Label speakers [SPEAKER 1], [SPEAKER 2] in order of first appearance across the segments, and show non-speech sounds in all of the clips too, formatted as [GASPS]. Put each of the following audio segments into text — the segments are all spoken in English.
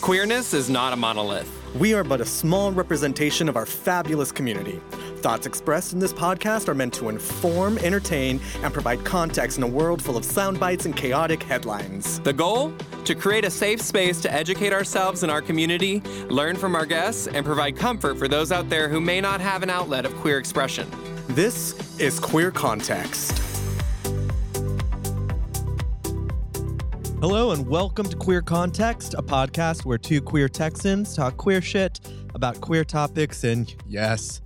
[SPEAKER 1] Queerness is not a monolith.
[SPEAKER 2] We are but a small representation of our fabulous community. Thoughts expressed in this podcast are meant to inform, entertain, and provide context in a world full of sound bites and chaotic headlines.
[SPEAKER 1] The goal? To create a safe space to educate ourselves and our community, learn from our guests, and provide comfort for those out there who may not have an outlet of queer expression.
[SPEAKER 2] This is Queer Context.
[SPEAKER 3] Hello and welcome to Queer Context, a podcast where two queer Texans talk queer shit about queer topics and yes,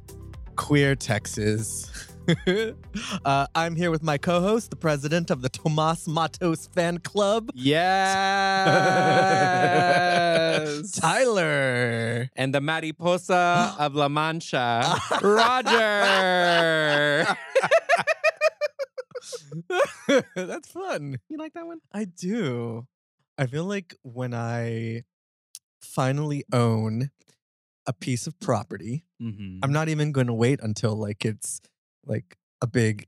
[SPEAKER 3] queer Texas. [LAUGHS] uh, I'm here with my co-host, the president of the Tomas Matos fan club,
[SPEAKER 1] Yes.
[SPEAKER 3] Tyler.
[SPEAKER 1] [LAUGHS]
[SPEAKER 3] [LAUGHS]
[SPEAKER 1] and the Mariposa of La [LAUGHS] Mancha, Roger.
[SPEAKER 3] That's fun.
[SPEAKER 1] You like that one?
[SPEAKER 3] I do. I feel like when I finally own a piece of property,
[SPEAKER 1] Mm-hmm.
[SPEAKER 3] I'm not even going to wait until like it's like a big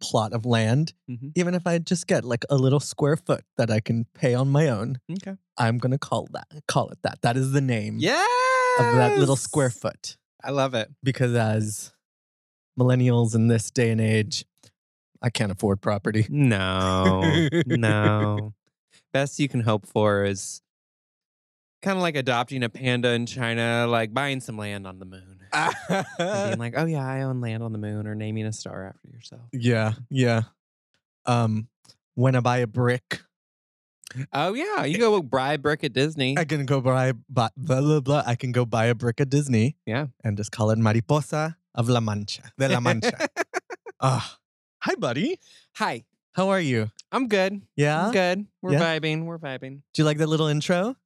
[SPEAKER 3] plot of land.
[SPEAKER 1] Mhm.
[SPEAKER 3] Even if I just get like a little square foot that I can pay on my own,
[SPEAKER 1] Okay.
[SPEAKER 3] I'm going to call that call it that. That is the name
[SPEAKER 1] Yes.
[SPEAKER 3] of that little square foot
[SPEAKER 1] I love it.
[SPEAKER 3] because as millennials in this day and age, I can't
[SPEAKER 1] [LAUGHS]
[SPEAKER 3] afford property. [LAUGHS]
[SPEAKER 1] No, no. Best you can hope for is kind of like adopting a panda in China, like buying some land on the moon. And [LAUGHS] being like, oh yeah, I own land on the moon, or naming a star after yourself.
[SPEAKER 3] yeah, yeah. Um when I buy a brick,
[SPEAKER 1] Oh yeah, you go bribe brick at Disney.
[SPEAKER 3] I can go buy blah, blah blah blah. I can go buy a brick at Disney.
[SPEAKER 1] Yeah.
[SPEAKER 3] And just call it Mariposa of La Mancha. De La
[SPEAKER 1] [LAUGHS]
[SPEAKER 3] Mancha. Ah, hi, buddy.
[SPEAKER 1] Hi,
[SPEAKER 3] How are you?
[SPEAKER 1] I'm good.
[SPEAKER 3] Yeah.
[SPEAKER 1] I'm good. We're
[SPEAKER 3] Yeah.
[SPEAKER 1] vibing. We're vibing.
[SPEAKER 3] Do you like that little intro?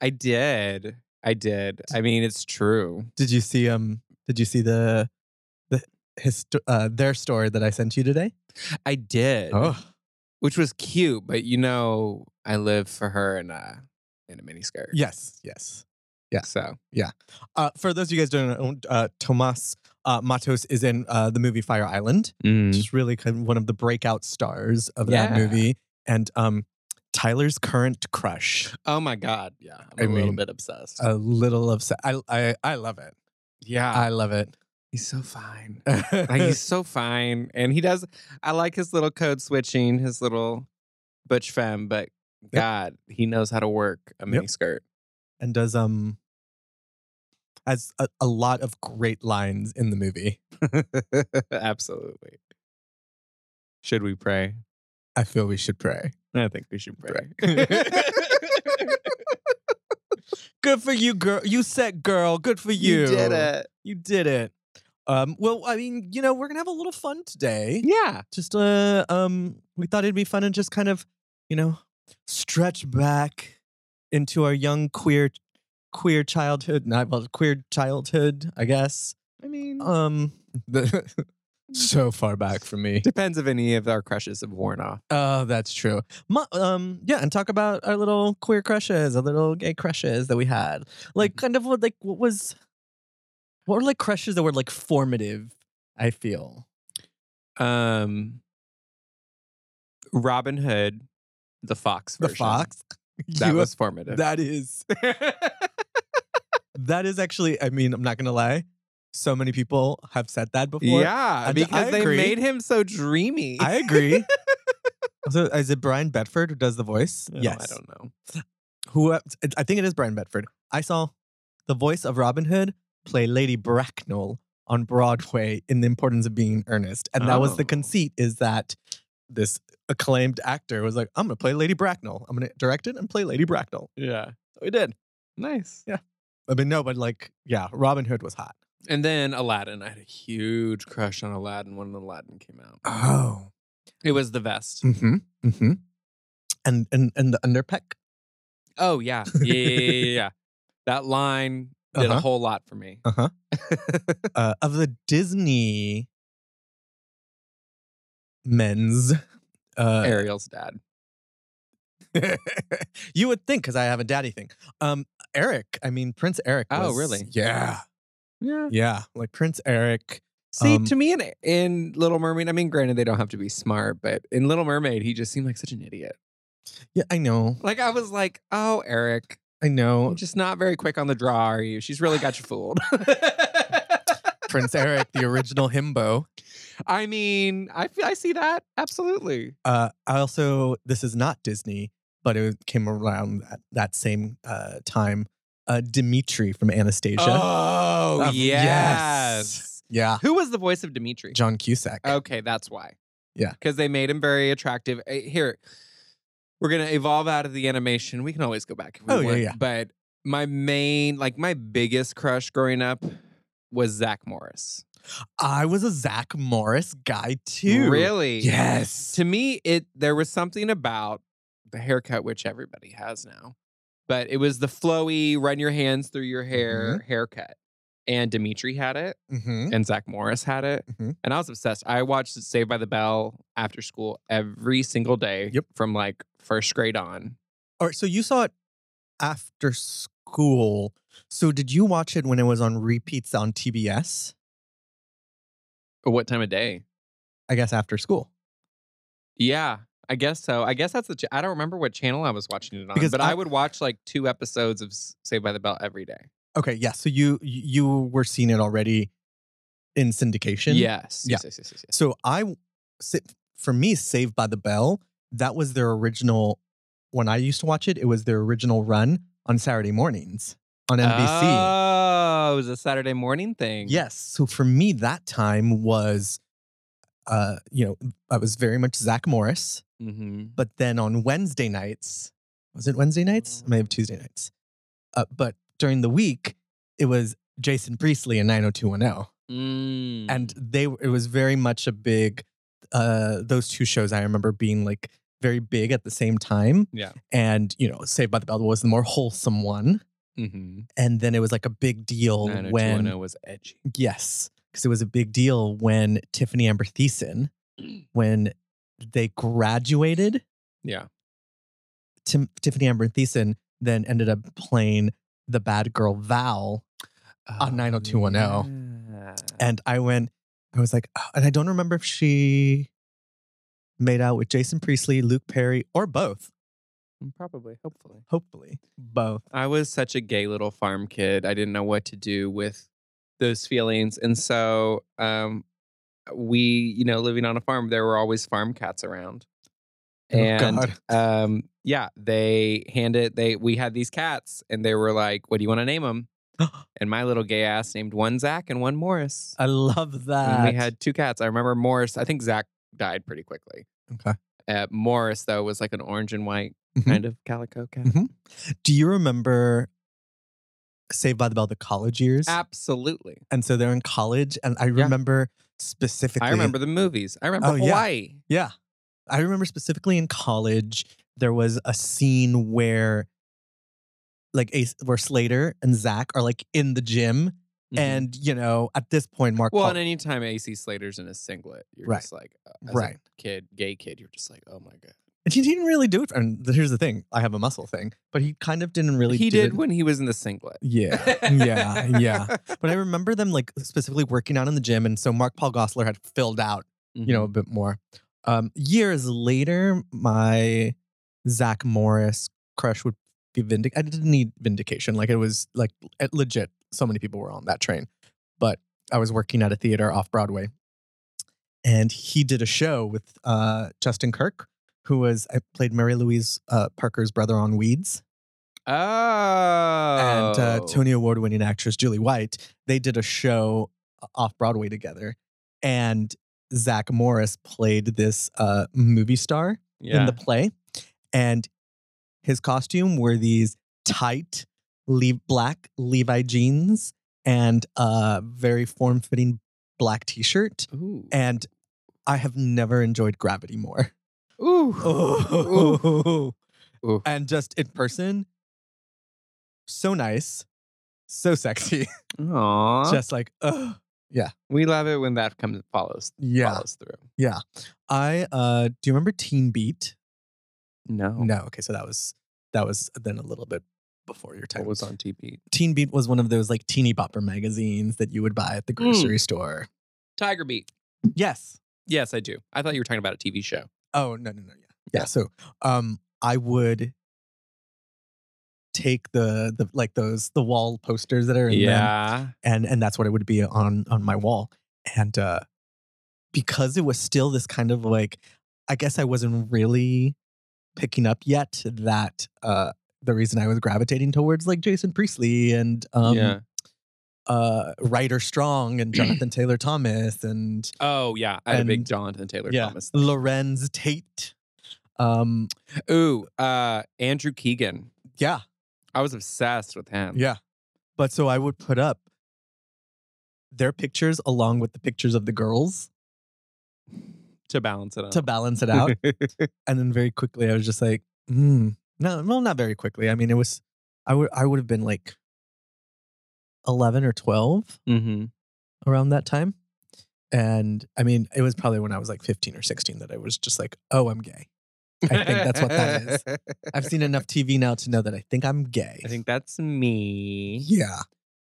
[SPEAKER 1] I did. I did. I mean, it's true.
[SPEAKER 3] Did you see um? Did you see the the histo- uh, their story that I sent you today?
[SPEAKER 1] I did. Which was cute, but you know, I live for her in a in a miniskirt.
[SPEAKER 3] yes, yes.
[SPEAKER 1] So
[SPEAKER 3] Uh, for those of you guys don't know, uh, Tomas uh, Matos is in uh, the movie Fire Island.
[SPEAKER 1] Mm.
[SPEAKER 3] Just really kind of one of the breakout stars of that
[SPEAKER 1] Mm-hmm. Yeah.
[SPEAKER 3] movie, and um, Tyler's current crush.
[SPEAKER 1] Oh my God. Yeah. I'm
[SPEAKER 3] I
[SPEAKER 1] a little
[SPEAKER 3] mean, uh,
[SPEAKER 1] bit obsessed.
[SPEAKER 3] a little upset. I I, I love it.
[SPEAKER 1] yeah.
[SPEAKER 3] I love it.
[SPEAKER 1] he's so fine.
[SPEAKER 3] [LAUGHS]
[SPEAKER 1] like, he's so fine. And he does, I like his little code switching, his little butch femme, but God, he knows how to work a
[SPEAKER 3] Yep.
[SPEAKER 1] mini skirt. [LAUGHS]
[SPEAKER 3] and does um has a, a lot of great lines in the movie.
[SPEAKER 1] Absolutely. Should we pray?
[SPEAKER 3] I feel we should pray.
[SPEAKER 1] I think we should pray. [LAUGHS]
[SPEAKER 3] Good for you, girl. You said girl. Good for you.
[SPEAKER 1] did it.
[SPEAKER 3] You did it. Um, well, I mean, you know, we're gonna have a little fun today.
[SPEAKER 1] Yeah.
[SPEAKER 3] Just uh, um, we thought it'd be fun and just kind of, you know, stretch back into our young queer, queer childhood. Not well, queer childhood, I guess.
[SPEAKER 1] I mean,
[SPEAKER 3] Um, the, [LAUGHS] so far back from [LAUGHS] me.
[SPEAKER 1] depends if any of our crushes have worn off.
[SPEAKER 3] Oh, that's true. Mu- um, yeah, and talk about our little queer crushes, our little gay crushes that we had. Like, kind of what, like, what was, what were like crushes that were like formative? I feel.
[SPEAKER 1] Um, Robin Hood, the Fox version.
[SPEAKER 3] [LAUGHS]
[SPEAKER 1] That
[SPEAKER 3] You-
[SPEAKER 1] was formative.
[SPEAKER 3] that is [LAUGHS] that is actually. I mean, I'm not gonna lie. So many people have said that before.
[SPEAKER 1] yeah,
[SPEAKER 3] I d-
[SPEAKER 1] because
[SPEAKER 3] I
[SPEAKER 1] they
[SPEAKER 3] agree.
[SPEAKER 1] made him so dreamy. [LAUGHS]
[SPEAKER 3] I agree. [LAUGHS] so is it Brian Bedford who does the voice?
[SPEAKER 1] Oh, I don't-
[SPEAKER 3] yes.
[SPEAKER 1] I don't know.
[SPEAKER 3] who I I think it is Brian Bedford. I saw the voice of Robin Hood play Lady Bracknell on Broadway in The Importance of Being Earnest, and that was the
[SPEAKER 1] Oh.
[SPEAKER 3] conceit: is that this acclaimed actor was like, "I'm going to play Lady Bracknell. I'm going to direct it and play Lady Bracknell."
[SPEAKER 1] Yeah,
[SPEAKER 3] So he did.
[SPEAKER 1] nice.
[SPEAKER 3] I mean, no, but like, yeah, Robin Hood was hot.
[SPEAKER 1] And then Aladdin. I had a huge crush on Aladdin when Aladdin came out.
[SPEAKER 3] Oh,
[SPEAKER 1] It was the vest.
[SPEAKER 3] mm-hmm, mm-hmm. And and and the underpeck.
[SPEAKER 1] Oh
[SPEAKER 3] [LAUGHS]
[SPEAKER 1] yeah, yeah, yeah, yeah. yeah, yeah. that line did
[SPEAKER 3] Uh-huh.
[SPEAKER 1] a whole lot for me.
[SPEAKER 3] Uh-huh. [LAUGHS] uh, of the Disney men's. Uh,
[SPEAKER 1] Ariel's dad.
[SPEAKER 3] [LAUGHS] you would think because I have a daddy thing. Um, Eric, I mean Prince Eric.
[SPEAKER 1] Oh,
[SPEAKER 3] was-
[SPEAKER 1] really?
[SPEAKER 3] Yeah,
[SPEAKER 1] Yeah.
[SPEAKER 3] yeah. Like Prince Eric.
[SPEAKER 1] See,
[SPEAKER 3] Um,
[SPEAKER 1] to me, in, in Little Mermaid, I mean, granted, they don't have to be smart, but in Little Mermaid, he just seemed like such an idiot.
[SPEAKER 3] Yeah, I know.
[SPEAKER 1] Like, I was like, oh, Eric,
[SPEAKER 3] I know. [LAUGHS]
[SPEAKER 1] You're just not very quick on the draw, are you? She's really got you fooled. [LAUGHS]
[SPEAKER 3] Prince Eric, the original himbo.
[SPEAKER 1] I mean, I feel I see that absolutely.
[SPEAKER 3] Uh, I also, this is not Disney, but it came around that, that same uh, time. Uh, Dimitri from Anastasia.
[SPEAKER 1] Oh
[SPEAKER 3] Um,
[SPEAKER 1] yes. Oh.
[SPEAKER 3] Yeah.
[SPEAKER 1] Who was the voice of Dimitri?
[SPEAKER 3] John Cusack.
[SPEAKER 1] Okay, that's why.
[SPEAKER 3] Yeah.
[SPEAKER 1] because they made him very attractive. Eh, Here, we're gonna evolve out of the animation. We can always go back if we
[SPEAKER 3] Oh, yeah,
[SPEAKER 1] want.
[SPEAKER 3] yeah.
[SPEAKER 1] But my main, like my biggest crush growing up, was Zach Morris.
[SPEAKER 3] I was a Zach Morris guy too.
[SPEAKER 1] Really?
[SPEAKER 3] Yes.
[SPEAKER 1] To me, it there was something about the haircut which everybody has now, but it was the flowy, run your hands through your hair haircut. And Dimitri had it,
[SPEAKER 3] Mm-hmm.
[SPEAKER 1] and Zach Morris had it,
[SPEAKER 3] Mhm.
[SPEAKER 1] and I was obsessed. I watched Saved by the Bell after school every single day
[SPEAKER 3] Yep.
[SPEAKER 1] from like first grade on.
[SPEAKER 3] All right. So you saw it after school. So did you watch it when it was on repeats on TBS?
[SPEAKER 1] Or What time of day?
[SPEAKER 3] I guess after school.
[SPEAKER 1] Yeah, I guess so. I guess that's the. Ch- I don't remember what channel I was watching it on,
[SPEAKER 3] Because
[SPEAKER 1] but
[SPEAKER 3] I-
[SPEAKER 1] I would watch like two episodes of S- Saved by the Bell every day.
[SPEAKER 3] Okay. Yeah. So you you were seeing it already in syndication.
[SPEAKER 1] Yes.
[SPEAKER 3] Yeah.
[SPEAKER 1] Yes, yes, yes, yes, yes.
[SPEAKER 3] So I, sa- for me, Saved by the Bell. That was their original. When I used to watch it, it was their original run on Saturday mornings on NBC.
[SPEAKER 1] Oh, it was a Saturday morning thing.
[SPEAKER 3] Yes. So for me, that time was, uh, you know, I was very much Zach Morris.
[SPEAKER 1] hmm
[SPEAKER 3] But then on Wednesday nights, was it Wednesday nights? I may have Tuesday nights. Uh, but during the week, it was Jason Priestley and 90210.
[SPEAKER 1] Mm.
[SPEAKER 3] And they it was very much a big, uh, those two shows I remember being like very big at the same time.
[SPEAKER 1] Yeah.
[SPEAKER 3] And, you know, Saved by the Bell was the more wholesome one.
[SPEAKER 1] mm-hmm.
[SPEAKER 3] And then it was like a big deal
[SPEAKER 1] oh
[SPEAKER 3] when
[SPEAKER 1] was edgy.
[SPEAKER 3] Yes, because it was a big deal when Tiffany Amber Thiessen, when they graduated,
[SPEAKER 1] Yeah.
[SPEAKER 3] Tim- Tiffany Amber Thiessen then ended up playing the bad girl Val, On 90210.
[SPEAKER 1] And
[SPEAKER 3] oh. and I went, I was like, "Oh," and I don't remember if she made out with Jason Priestley, Luke Perry, or both.
[SPEAKER 1] Mm, probably, hopefully.
[SPEAKER 3] Hopefully,
[SPEAKER 1] [GASPS]
[SPEAKER 3] both.
[SPEAKER 1] I was such a gay little farm kid. I didn't know what to do with those feelings. And so um we, you know, living on a farm, there were always farm cats around.
[SPEAKER 3] Oh,
[SPEAKER 1] And
[SPEAKER 3] God. [LAUGHS]
[SPEAKER 1] um yeah, they handed they we had these cats and they were like, "What do you want to name them?" And my little gay ass named one Zach and one Morris.
[SPEAKER 3] I love that.
[SPEAKER 1] And we had two cats. I remember Morris. I think Zach died pretty quickly.
[SPEAKER 3] Okay.
[SPEAKER 1] Uh, Morris though was like an orange and white
[SPEAKER 3] Mhm.
[SPEAKER 1] kind of calico cat.
[SPEAKER 3] Mhm. Do you remember Saved by the Bell, the college years?
[SPEAKER 1] Absolutely.
[SPEAKER 3] and so they're in college, and I
[SPEAKER 1] Yeah.
[SPEAKER 3] remember specifically.
[SPEAKER 1] I remember the movies. I remember
[SPEAKER 3] Oh, yeah.
[SPEAKER 1] Hawaii.
[SPEAKER 3] Yeah. I remember specifically in college, there was a scene where like Ace where Slater and Zach are like in the gym.
[SPEAKER 1] Mhm.
[SPEAKER 3] And, you know, at this point, Mark
[SPEAKER 1] well,
[SPEAKER 3] Paul-
[SPEAKER 1] and anytime AC Slater's in a singlet, you're
[SPEAKER 3] Right.
[SPEAKER 1] just like, uh, as a
[SPEAKER 3] Right.
[SPEAKER 1] kid, gay kid, you're just like, oh my god.
[SPEAKER 3] and he didn't really do it. And th- here's the thing, I have a muscle thing, but he kind of didn't really
[SPEAKER 1] he
[SPEAKER 3] do
[SPEAKER 1] did
[SPEAKER 3] it.
[SPEAKER 1] when he was in the singlet.
[SPEAKER 3] Yeah. Yeah. Yeah.
[SPEAKER 1] [LAUGHS]
[SPEAKER 3] But I remember them like specifically working out in the gym. And so Mark Paul Gossler had filled out you know, a bit more. Um, years later, my Zach Morris crush would be vindic. I didn't need vindication. Like it was like it legit. So many people were on that train, but I was working at a theater off Broadway, and he did a show with uh, Justin Kirk, who was I played Mary Louise uh, Parker's brother on Weeds
[SPEAKER 1] oh. Mm-hmm.
[SPEAKER 3] and uh, Tony Award winning actress Julie White, they did a show uh, off Broadway together. And Zach Morris played this uh, movie star
[SPEAKER 1] Oh. yeah.
[SPEAKER 3] in the play. And his costume were these tight le- black Levi jeans and a very form fitting black t shirt.
[SPEAKER 1] Ooh.
[SPEAKER 3] And I have never enjoyed gravity more. [LAUGHS] Oh.
[SPEAKER 1] Ooh. [LAUGHS] Ooh.
[SPEAKER 3] And just in person, so nice, so sexy. [LAUGHS]
[SPEAKER 1] Aw.
[SPEAKER 3] just like ugh.
[SPEAKER 1] we love it when that comes follows
[SPEAKER 3] yeah
[SPEAKER 1] follows through.
[SPEAKER 3] i uh do you remember teen beat
[SPEAKER 1] No.
[SPEAKER 3] no okay so that was that was then a little bit before your time
[SPEAKER 1] What was on TP?
[SPEAKER 3] teen beat was one of those like teeny bopper magazines that you would buy at the
[SPEAKER 1] Hmm.
[SPEAKER 3] grocery store
[SPEAKER 1] Tiger Beat.
[SPEAKER 3] yes
[SPEAKER 1] Yes, I do. I thought you were talking about a TV show.
[SPEAKER 3] oh no no no yeah yeah,
[SPEAKER 1] Yeah.
[SPEAKER 3] so um i would take the the like those the wall posters that are in them
[SPEAKER 1] yeah.
[SPEAKER 3] and and that's what it would be on on my wall and uh because it was still this kind of like i guess i wasn't really picking up yet that uh the reason i was gravitating towards like jason priestley and um
[SPEAKER 1] yeah.
[SPEAKER 3] uh ryder
[SPEAKER 1] [CLEARS THROAT]
[SPEAKER 3] strong and jonathan taylor thomas and
[SPEAKER 1] Oh yeah. I had a big
[SPEAKER 3] and-
[SPEAKER 1] Jonathan Taylor
[SPEAKER 3] yeah,
[SPEAKER 1] Thomas.
[SPEAKER 3] lorenz tate um
[SPEAKER 1] Ooh, uh, Andrew Keegan.
[SPEAKER 3] yeah
[SPEAKER 1] I was obsessed with him.
[SPEAKER 3] yeah but so i would put up their pictures along with the pictures of the girls
[SPEAKER 1] To balance it out.
[SPEAKER 3] to balance
[SPEAKER 1] [LAUGHS]
[SPEAKER 3] it out and then very quickly I was just like, mm. no, well, not very quickly. I mean, it was I would I would have been like eleven or twelve
[SPEAKER 1] mm-hmm.
[SPEAKER 3] around that time, and I mean, it was probably when I was like fifteen or sixteen that I was just like, oh, I'm gay. I think that's what that
[SPEAKER 1] [LAUGHS]
[SPEAKER 3] is. I've seen enough TV now to know that I think I'm gay.
[SPEAKER 1] I think that's me.
[SPEAKER 3] yeah,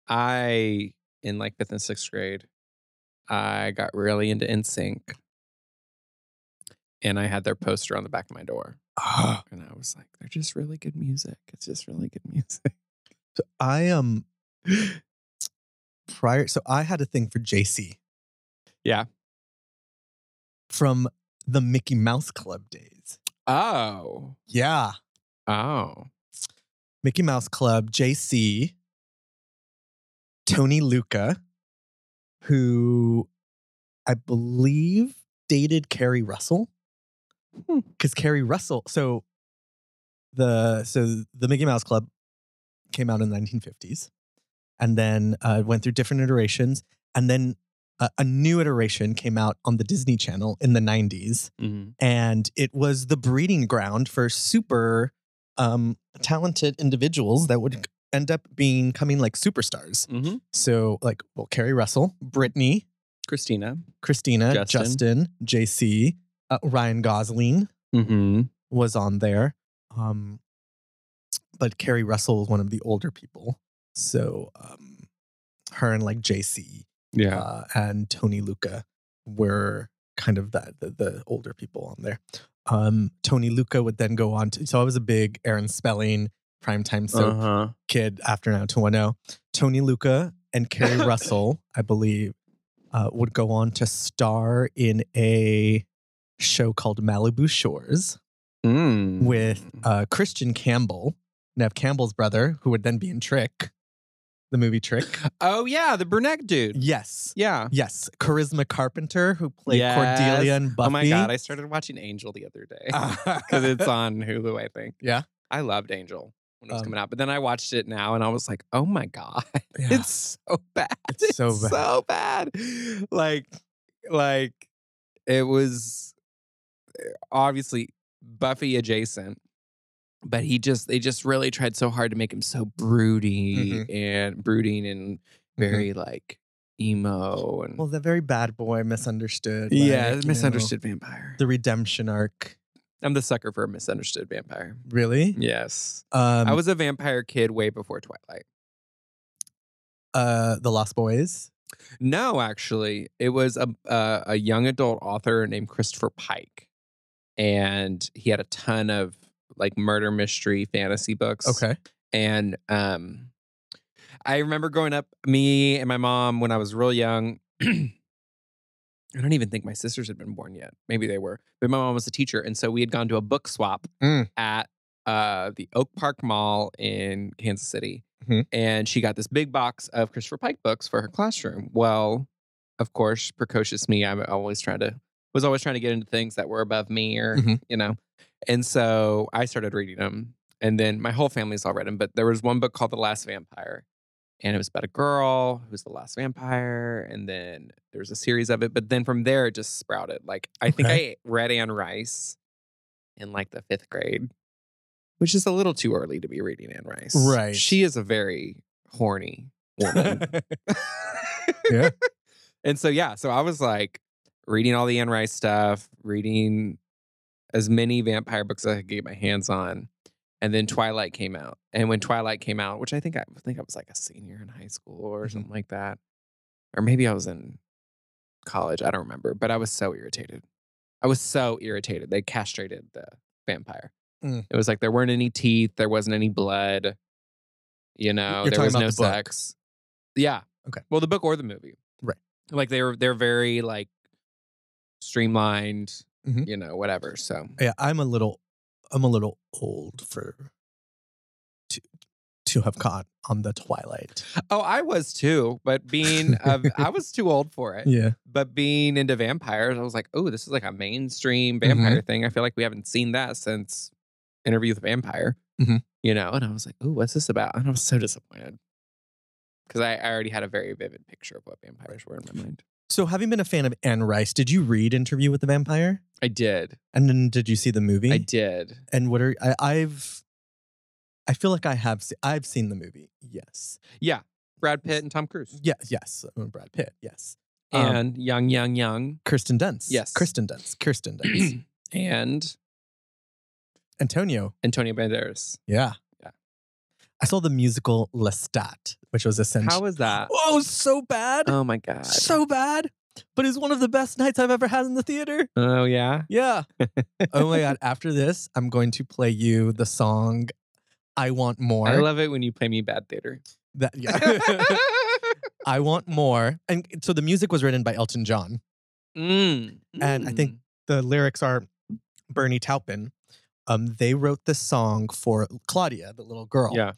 [SPEAKER 1] I in like fifth and sixth grade, I got really into NSYNC. And I had their poster on the back of my [GASPS] door.
[SPEAKER 3] Ah.
[SPEAKER 1] And I was like, they're just really good music. It's just really good [LAUGHS] music.
[SPEAKER 3] So I am um, [GASPS] prior. So I had a thing for JC.
[SPEAKER 1] Yeah.
[SPEAKER 3] From the Mickey Mouse Club days.
[SPEAKER 1] Oh.
[SPEAKER 3] Yeah.
[SPEAKER 1] Oh.
[SPEAKER 3] Mickey Mouse Club, JC, Tony Luca, who I believe dated Carrie Russell.
[SPEAKER 1] Hmm.
[SPEAKER 3] Because Carrie Russell, so the so the Mickey Mouse Club came out in the 1950s and then uh, went through different iterations. And then uh, a new iteration came out on the Disney Channel in the 90s
[SPEAKER 1] Mhm.
[SPEAKER 3] and it was the breeding ground for super um, talented individuals that would end up being coming like superstars.
[SPEAKER 1] Mhm.
[SPEAKER 3] So like, well, Carrie Russell, Brittany,
[SPEAKER 1] Christina.
[SPEAKER 3] Christina,
[SPEAKER 1] Justin.
[SPEAKER 3] Justin, JC, uh, Ryan Gosling
[SPEAKER 1] Mm-hmm.
[SPEAKER 3] was on there, um, but Carrie Russell was one of the older people. So um, her and like JC
[SPEAKER 1] Yeah.
[SPEAKER 3] uh, and Tony Luca were kind of that the, the older people on there. Um, Tony Luca would then go on to so I was a big Aaron Spelling primetime soap
[SPEAKER 1] uh-huh.
[SPEAKER 3] kid after 90210. Tony Luca and
[SPEAKER 1] [LAUGHS]
[SPEAKER 3] Carrie Russell, I believe, uh, would go on to star in a show called Malibu Shores
[SPEAKER 1] Mm.
[SPEAKER 3] with uh, Christian Campbell, Nev Campbell's brother, who would then be in Trick, the
[SPEAKER 1] [LAUGHS]
[SPEAKER 3] movie Trick.
[SPEAKER 1] Oh yeah, the brunette dude.
[SPEAKER 3] Yes.
[SPEAKER 1] Yeah.
[SPEAKER 3] Yes, Charisma Carpenter, who played Cordelia
[SPEAKER 1] Yes.
[SPEAKER 3] and Buffy.
[SPEAKER 1] Oh my god, I started watching Angel the other day. [LAUGHS] because
[SPEAKER 3] [LAUGHS]
[SPEAKER 1] it's on Hulu, I think.
[SPEAKER 3] Yeah.
[SPEAKER 1] I loved Angel when it was
[SPEAKER 3] Um,
[SPEAKER 1] coming out, but then I watched it now and I was like, oh my god, [LAUGHS]
[SPEAKER 3] Yeah.
[SPEAKER 1] it's so [LAUGHS] bad,
[SPEAKER 3] It's so bad.
[SPEAKER 1] so bad. Like, like it was eh, obviously Buffy adjacent. But he just, they just really tried so hard to make him so broody
[SPEAKER 3] Mm-hmm.
[SPEAKER 1] and brooding and very like emo and
[SPEAKER 3] well, the very bad boy, misunderstood.
[SPEAKER 1] yeah,
[SPEAKER 3] like, you know,
[SPEAKER 1] misunderstood vampire.
[SPEAKER 3] the redemption arc.
[SPEAKER 1] I'm the sucker for a misunderstood vampire.
[SPEAKER 3] Really?
[SPEAKER 1] Yes.
[SPEAKER 3] Um,
[SPEAKER 1] Mm. I was a vampire kid way before Twilight.
[SPEAKER 3] uh, the Lost Boys.
[SPEAKER 1] No, actually, it was a uh, a young adult author named Christopher Pike, and he had a ton of like murder mystery fantasy books. [LAUGHS] and um, I remember growing up, me and my mom when I was real young. [CLEARS THROAT] I don't even think my sisters had been born yet. Maybe they were, but my mom was a teacher, and so we had gone to a book swap
[SPEAKER 3] Mm.
[SPEAKER 1] at uh, the Oak Park Mall in Kansas City,
[SPEAKER 3] Mhm.
[SPEAKER 1] and she got this big box of Christopher Pike books for her classroom. Well, of course, precocious me, I'm always trying to was always trying to get into things that were above me, or
[SPEAKER 3] Mhm.
[SPEAKER 1] you know, and so I started reading them, and then my whole family's all read them. But there was one book called The Last Vampire, and it was about a girl who's the last vampire, and then there was a series of it. But then from there, it just sprouted. Like I think I read Anne Rice in like the fifth grade, which is a little too early to be reading Anne Rice.
[SPEAKER 3] Right.
[SPEAKER 1] She is a very horny woman.
[SPEAKER 3] Okay. Yeah.
[SPEAKER 1] And so yeah, so I was like reading all the Anne Rice stuff, reading as many vampire books as I could get my hands on. And then Twilight came out. And when Twilight came out, which I think I, I think I was like a senior in high school or
[SPEAKER 3] Mhm.
[SPEAKER 1] something like that. Or maybe I was in college. I don't remember. But I was so irritated. I was so irritated. They castrated the vampire.
[SPEAKER 3] Mm.
[SPEAKER 1] It was like there weren't any teeth, there wasn't any blood. You know, there
[SPEAKER 3] You're talking
[SPEAKER 1] was
[SPEAKER 3] about
[SPEAKER 1] no
[SPEAKER 3] the book.
[SPEAKER 1] sex. Yeah.
[SPEAKER 3] Okay.
[SPEAKER 1] Well, the book or the movie.
[SPEAKER 3] Right.
[SPEAKER 1] Like they're they're very like streamlined,
[SPEAKER 3] Mhm.
[SPEAKER 1] you know, whatever. So
[SPEAKER 3] [LAUGHS] Yeah, I'm a little, I'm a little old for to to have caught on the Twilight.
[SPEAKER 1] Oh, I was too, but
[SPEAKER 3] [LAUGHS]
[SPEAKER 1] being of I was too old for it.
[SPEAKER 3] Yeah,
[SPEAKER 1] But being into vampires, I was like, oh, this is like a mainstream
[SPEAKER 3] Mm-hmm.
[SPEAKER 1] vampire thing. I feel like we haven't seen that since Interview with the Vampire.
[SPEAKER 3] Mhm.
[SPEAKER 1] You know, and I was like, oh, what's this about? And I was so disappointed because I, I already had a very vivid picture of what vampires were in my mind.
[SPEAKER 3] So, having been a fan of Anne Rice, did you read Interview with the Vampire?
[SPEAKER 1] I did.
[SPEAKER 3] And then did you see the movie?
[SPEAKER 1] I did.
[SPEAKER 3] And what are I, I've? I feel like I have. Se- I've seen the movie. Yes.
[SPEAKER 1] Yeah. Brad Pitt and Tom Cruise.
[SPEAKER 3] Yeah. Yes. Uh, Brad Pitt. Yes. Um,
[SPEAKER 1] And Young, Young, Young. [CLEARS THROAT]
[SPEAKER 3] Kirsten Dunst.
[SPEAKER 1] Yes.
[SPEAKER 3] Kirsten Dunst.
[SPEAKER 1] [CLEARS THROAT]
[SPEAKER 3] Kirsten Dunst.
[SPEAKER 1] and
[SPEAKER 3] Antonio.
[SPEAKER 1] Antonio Banderas.
[SPEAKER 3] Yeah.
[SPEAKER 1] Yeah.
[SPEAKER 3] I saw the musical Lestat, which was essentially.
[SPEAKER 1] How was that?
[SPEAKER 3] Oh, it was so bad.
[SPEAKER 1] Oh my God.
[SPEAKER 3] so bad. But it's one of the best nights I've ever had in the theater.
[SPEAKER 1] Oh, yeah.
[SPEAKER 3] Yeah. oh my God. After this, I'm going to play you the song I Want
[SPEAKER 1] [LAUGHS]
[SPEAKER 3] More.
[SPEAKER 1] I love it when you play me bad theater.
[SPEAKER 3] that, yeah. I Want More. And so the music was written by Elton John.
[SPEAKER 1] [LAUGHS] Mm,
[SPEAKER 3] And I think-
[SPEAKER 1] mm.
[SPEAKER 3] The lyrics are Bernie Taupin. Um, they wrote this song for Claudia, the little girl,
[SPEAKER 1] yeah,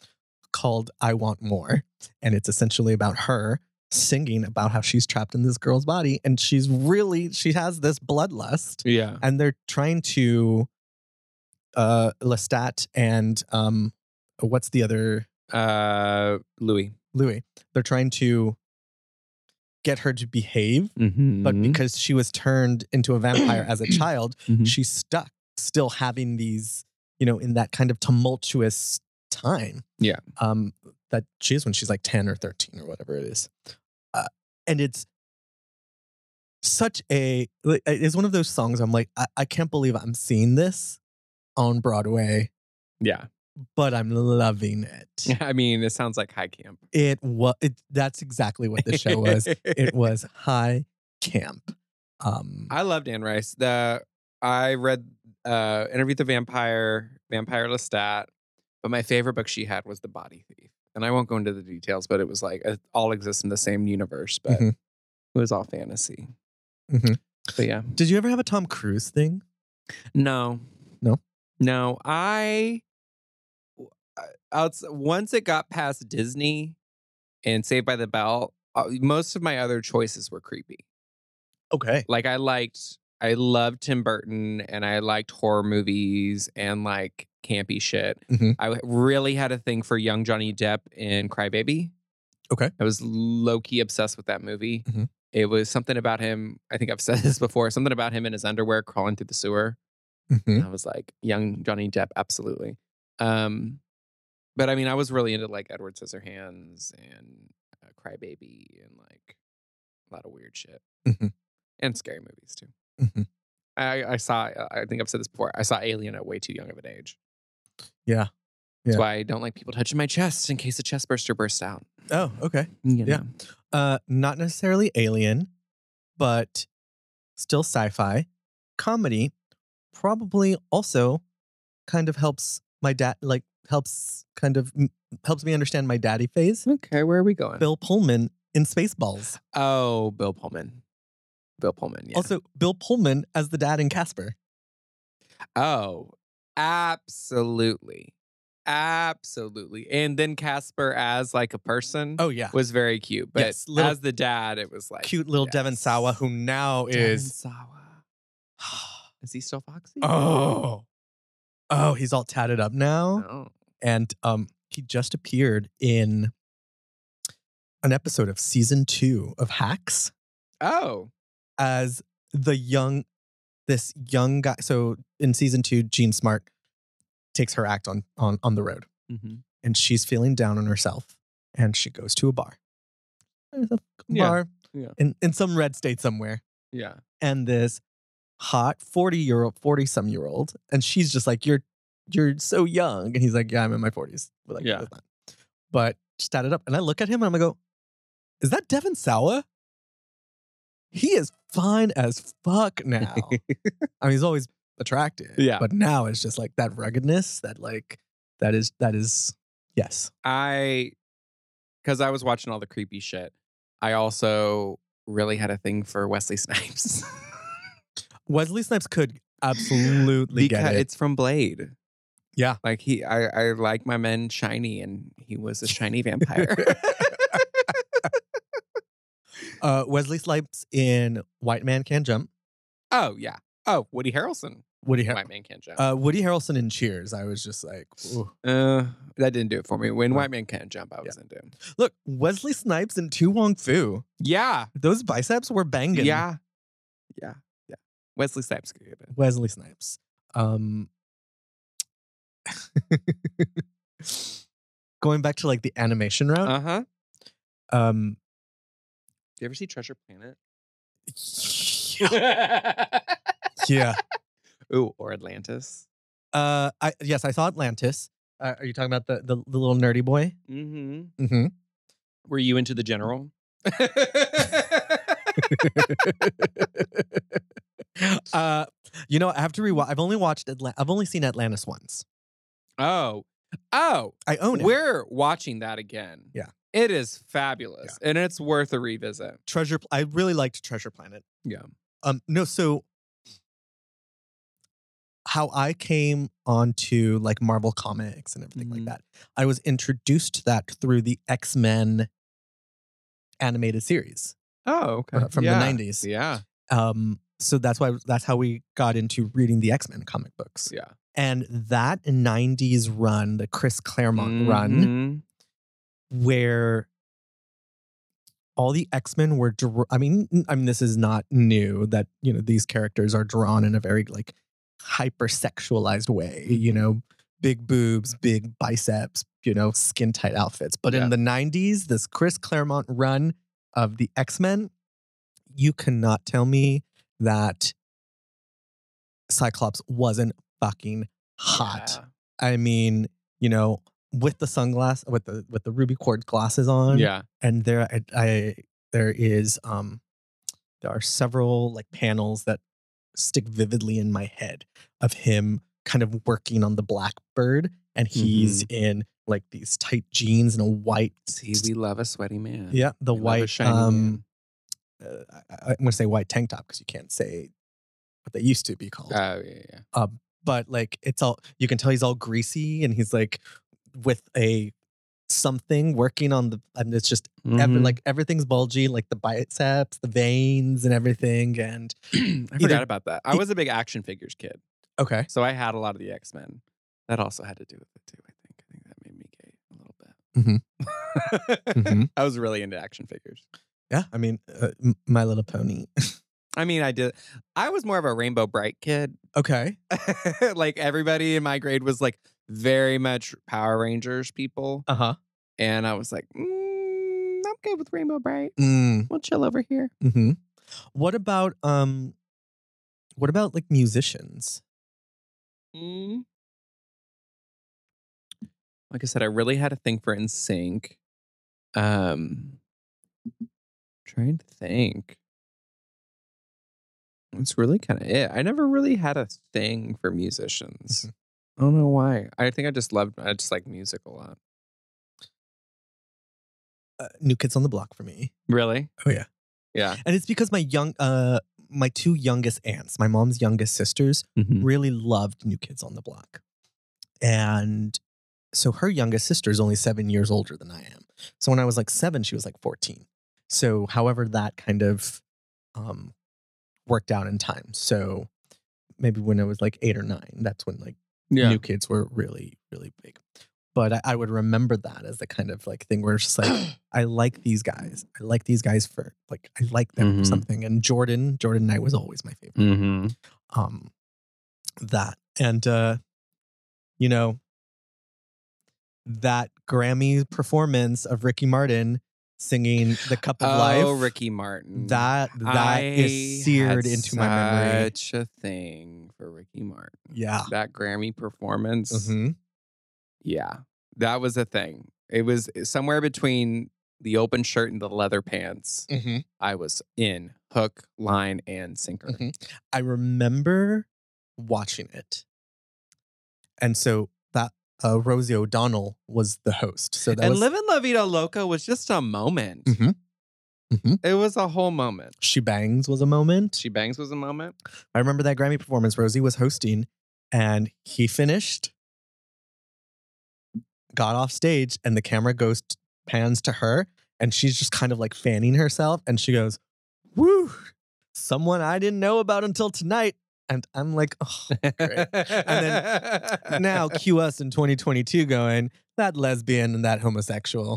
[SPEAKER 3] called I Want More. And it's essentially about her singing about how she's trapped in this girl's body. And she's really, she has this bloodlust.
[SPEAKER 1] yeah,
[SPEAKER 3] and they're trying to uh Lestat and um what's the other
[SPEAKER 1] uh, Louis.
[SPEAKER 3] Louis. They're trying to get her to behave,
[SPEAKER 1] Mm-hmm.
[SPEAKER 3] but because she was turned into a vampire
[SPEAKER 1] [CLEARS THROAT]
[SPEAKER 3] as a child,
[SPEAKER 1] mm-hmm.
[SPEAKER 3] she's stuck still having these, you know, in that kind of tumultuous time.
[SPEAKER 1] Yeah.
[SPEAKER 3] Um that she is when she's like 10 or 13 or whatever it is. Uh, and it's such a like, it's one of those songs I'm like I, I can't believe I'm seeing this on Broadway,
[SPEAKER 1] yeah, [LAUGHS]
[SPEAKER 3] but I'm loving it.
[SPEAKER 1] I mean, it sounds like high camp.
[SPEAKER 3] it was it, that's exactly what the show
[SPEAKER 1] [LAUGHS]
[SPEAKER 3] was. it was high camp. Um
[SPEAKER 1] I loved Anne Rice. The I read uh, Interview with the Vampire, Vampire Lestat, but my favorite book she had was The Body Thief. And I won't go into the details, but it was like it all exists in the same universe, but
[SPEAKER 3] Mhm.
[SPEAKER 1] it was all fantasy. Mm-hmm.
[SPEAKER 3] Mhm.
[SPEAKER 1] But yeah,
[SPEAKER 3] Did you ever have a Tom Cruise thing?
[SPEAKER 1] No.
[SPEAKER 3] No?
[SPEAKER 1] No. I w- I- outs- once it got past Disney and Saved by the Bell, uh, most of my other choices were creepy.
[SPEAKER 3] Okay.
[SPEAKER 1] Like I liked I loved Tim Burton and I liked horror movies and like campy shit.
[SPEAKER 3] Mhm.
[SPEAKER 1] I w- really had a thing for young Johnny Depp in Crybaby.
[SPEAKER 3] Okay.
[SPEAKER 1] I was low key obsessed with that movie.
[SPEAKER 3] Mhm.
[SPEAKER 1] It was something about him. I think I've said [LAUGHS] this before. Something about him in his underwear crawling through the sewer.
[SPEAKER 3] Mhm.
[SPEAKER 1] And I was like, young Johnny Depp, absolutely. Um, but I mean, I was really into like Edward Scissorhands and uh, Crybaby and like a lot of weird shit
[SPEAKER 3] Mhm.
[SPEAKER 1] and scary movies too.
[SPEAKER 3] Mhm.
[SPEAKER 1] I, I saw, uh, I think I've said this before, I saw Alien at way too young of an age.
[SPEAKER 3] Yeah.
[SPEAKER 1] That's
[SPEAKER 3] Yeah.
[SPEAKER 1] why I don't like people touching my chest in case a chest burster bursts out.
[SPEAKER 3] Oh, okay.
[SPEAKER 1] you
[SPEAKER 3] Yeah.
[SPEAKER 1] know?
[SPEAKER 3] Uh, not necessarily alien, but still sci-fi comedy. Probably also kind of helps my dad, like helps kind of m- helps me understand my daddy phase.
[SPEAKER 1] Okay, where are we going?
[SPEAKER 3] Bill Pullman in Spaceballs.
[SPEAKER 1] oh, Bill Pullman. Bill Pullman. Yeah.
[SPEAKER 3] Also, Bill Pullman as the dad in Casper.
[SPEAKER 1] Oh, absolutely. Absolutely. And then Casper as like a person
[SPEAKER 3] Oh yeah,
[SPEAKER 1] was very cute. But
[SPEAKER 3] Yes, little-
[SPEAKER 1] as the dad, it was like
[SPEAKER 3] cute little Devon
[SPEAKER 1] yes.
[SPEAKER 3] Sawa, who now
[SPEAKER 1] Devon
[SPEAKER 3] is
[SPEAKER 1] Sawa.
[SPEAKER 3] [SIGHS]
[SPEAKER 1] Is he still Foxy?
[SPEAKER 3] oh oh he's all tatted up now.
[SPEAKER 1] Oh.
[SPEAKER 3] and um, he just appeared in an episode of season two of Hacks
[SPEAKER 1] Oh.
[SPEAKER 3] as the young, this young guy. So in season two, Jean Smart takes her act on on on the road,
[SPEAKER 1] Mhm.
[SPEAKER 3] and she's feeling down on herself, and she goes to a bar, There's a
[SPEAKER 1] Yeah,
[SPEAKER 3] bar
[SPEAKER 1] yeah.
[SPEAKER 3] in in some red state somewhere,
[SPEAKER 1] Yeah.
[SPEAKER 3] and this hot forty year old, forty some year old, and she's just like, "You're you're so young," and he's like, "Yeah, I'm in my 40s. We're like,
[SPEAKER 1] Yeah.
[SPEAKER 3] "That's fine." but just add it up, and I look at him and I'm like, "Go, is that Devin Sawa? He is fine as fuck
[SPEAKER 1] [LAUGHS]
[SPEAKER 3] now. I mean, he's always attractive,
[SPEAKER 1] Yeah.
[SPEAKER 3] but now it's just like that ruggedness, that like that is that is Yes.
[SPEAKER 1] I, because I was watching all the creepy shit, I also really had a thing for Wesley [LAUGHS] Snipes.
[SPEAKER 3] Wesley
[SPEAKER 1] [LAUGHS]
[SPEAKER 3] Snipes could absolutely get
[SPEAKER 1] Because
[SPEAKER 3] it.
[SPEAKER 1] it's from Blade.
[SPEAKER 3] Yeah.
[SPEAKER 1] Like he, I, I like my men shiny, and he was a
[SPEAKER 3] [LAUGHS]
[SPEAKER 1] shiny vampire. [LAUGHS]
[SPEAKER 3] Uh, Wesley Snipes in White Man Can Jump.
[SPEAKER 1] oh yeah. Oh, Woody Harrelson.
[SPEAKER 3] Woody, Har-
[SPEAKER 1] White Man Can't Jump.
[SPEAKER 3] uh, Woody Harrelson in Cheers. I was just like, ooh.
[SPEAKER 1] Uh, that didn't do it for me. When
[SPEAKER 3] No.
[SPEAKER 1] White Man Can't Jump, I was into. him.
[SPEAKER 3] look, Wesley Snipes and Tu Wong Fu.
[SPEAKER 1] Yeah.
[SPEAKER 3] Those biceps were banging.
[SPEAKER 1] Yeah. Yeah. Yeah. Wesley Snipes could get it.
[SPEAKER 3] Wesley Snipes. Um, [LAUGHS] going back to like the animation route.
[SPEAKER 1] Uh huh.
[SPEAKER 3] um,
[SPEAKER 1] You ever see Treasure [LAUGHS] Planet? [LAUGHS]
[SPEAKER 3] yeah.
[SPEAKER 1] Ooh, or Atlantis.
[SPEAKER 3] Uh, I yes, I saw Atlantis. Uh, are you talking about the the, the little nerdy boy?
[SPEAKER 1] Mm-hmm.
[SPEAKER 3] Mm-hmm.
[SPEAKER 1] Were you into the general?
[SPEAKER 3] uh, you know, I have to rewatch. I've only watched Atla- I've only seen Atlantis once.
[SPEAKER 1] [LAUGHS] oh. Oh.
[SPEAKER 3] I own it.
[SPEAKER 1] We're watching that again.
[SPEAKER 3] Yeah.
[SPEAKER 1] It is fabulous. And it's worth a revisit.
[SPEAKER 3] Treasure. Pl- I really liked Treasure Planet.
[SPEAKER 1] Yeah.
[SPEAKER 3] Um. No. So how I came onto like Marvel comics and everything like
[SPEAKER 1] Mhm.
[SPEAKER 3] that, I was introduced to that through the X Men animated series
[SPEAKER 1] Oh,
[SPEAKER 3] uh, from the nineties.
[SPEAKER 1] Yeah.
[SPEAKER 3] Um. So that's why that's how we got into reading the X Men comic books.
[SPEAKER 1] Yeah.
[SPEAKER 3] And that 90s run, the Chris Claremont run,
[SPEAKER 1] Mm-hmm.
[SPEAKER 3] where all the X-Men were dr- I mean n- I mean this is not new that you know these characters are drawn in a very like hypersexualized way, you know, big boobs, big biceps, you know, skin tight outfits. But
[SPEAKER 1] Yeah.
[SPEAKER 3] in the 90s, this Chris Claremont run of the X-Men, you cannot tell me that Cyclops wasn't fucking hot. I mean, you know, with the sunglass, with the with the ruby cord glasses on.
[SPEAKER 1] Yeah.
[SPEAKER 3] And there, I, I there is um, there are several like panels that stick vividly in my head of him kind of working on the blackbird, and he's in like these tight jeans and a white.
[SPEAKER 1] Mm-hmm. See, we love a sweaty man.
[SPEAKER 3] yeah, the
[SPEAKER 1] We love a
[SPEAKER 3] white.
[SPEAKER 1] shiny
[SPEAKER 3] Um, uh, I, I'm gonna say white tank top because you can't say what they used to be called.
[SPEAKER 1] man. Oh yeah, yeah.
[SPEAKER 3] uh, but like it's all you can tell he's all greasy and he's like with a something working on the and it's just every,
[SPEAKER 1] Mhm.
[SPEAKER 3] like everything's bulgy like the biceps the veins and everything and
[SPEAKER 1] Mm-hmm. [CLEARS THROAT] I
[SPEAKER 3] either-
[SPEAKER 1] forgot about that. I
[SPEAKER 3] e-
[SPEAKER 1] was a big action figures kid,
[SPEAKER 3] okay
[SPEAKER 1] so I had a lot of the X Men. That also had to do with it too. I think. I think that made me gay a little bit.
[SPEAKER 3] Mhm.
[SPEAKER 1] [LAUGHS] I was really into action figures.
[SPEAKER 3] yeah i mean uh, M- my little pony [LAUGHS]
[SPEAKER 1] I mean, I did. I was more of a Rainbow Bright kid. [LAUGHS]
[SPEAKER 3] okay
[SPEAKER 1] like everybody in my grade was like very much Power Rangers people,
[SPEAKER 3] uh-huh
[SPEAKER 1] and I was like, mm, I'm good with Rainbow Bright.
[SPEAKER 3] mm,
[SPEAKER 1] We'll chill over here.
[SPEAKER 3] hmm what about um what about like musicians
[SPEAKER 1] Mm. Like I said, I really had a thing for NSYNC. Um, trying to think. It's really kind of it. I never really had a thing for musicians.
[SPEAKER 3] Mhm.
[SPEAKER 1] I don't know why. I think I just loved. I just like music a lot.
[SPEAKER 3] uh, new kids on the block for me
[SPEAKER 1] Really?
[SPEAKER 3] Oh, yeah.
[SPEAKER 1] Yeah.
[SPEAKER 3] and it's because my young uh my two youngest aunts my mom's youngest sisters
[SPEAKER 1] Mm.
[SPEAKER 3] really loved New Kids on the Block. And so her youngest sister is only seven years older than I am. So when I was like seven, she was like 14. So, however, that kind of um, worked out in time. So maybe when I was like eight or nine, that's when like
[SPEAKER 1] Yeah.
[SPEAKER 3] New Kids were really, really big. But I, I would remember that as the kind of like thing where it's just like, I like these guys. I like these guys for like, I like them for
[SPEAKER 1] Mhm.
[SPEAKER 3] something. And Jordan, Jordan Knight was always my favorite
[SPEAKER 1] Mm-hmm.
[SPEAKER 3] um that and uh you know that grammy performance of ricky martin singing the cup of
[SPEAKER 1] oh,
[SPEAKER 3] life
[SPEAKER 1] Ricky Martin.
[SPEAKER 3] that that is seared into my memory
[SPEAKER 1] Such a thing for Ricky Martin.
[SPEAKER 3] Yeah.
[SPEAKER 1] That Grammy performance.
[SPEAKER 3] Mhm.
[SPEAKER 1] Yeah. That was a thing. It was eh, somewhere between the open shirt and the leather pants. I was in hook, line, and sinker.
[SPEAKER 3] Mhm. i remember watching it and so that uh, Rosie O'Donnell was the host. So that
[SPEAKER 1] and
[SPEAKER 3] was
[SPEAKER 1] living La Vida Loca was just a moment.
[SPEAKER 3] Mhm. Mhm.
[SPEAKER 1] It was a whole moment.
[SPEAKER 3] She Bangs was a moment.
[SPEAKER 1] She Bangs was a moment.
[SPEAKER 3] I remember that Grammy performance. Rosie was hosting, and he finished, got off stage, and the camera goes t- pans to her, and she's just kind of like fanning herself, and she goes, "Woo! Someone I didn't know about until tonight." And I'm like, oh,
[SPEAKER 1] [LAUGHS]
[SPEAKER 3] [LAUGHS] Great.
[SPEAKER 1] then
[SPEAKER 3] now cue us in 2022, going that lesbian and that homosexual,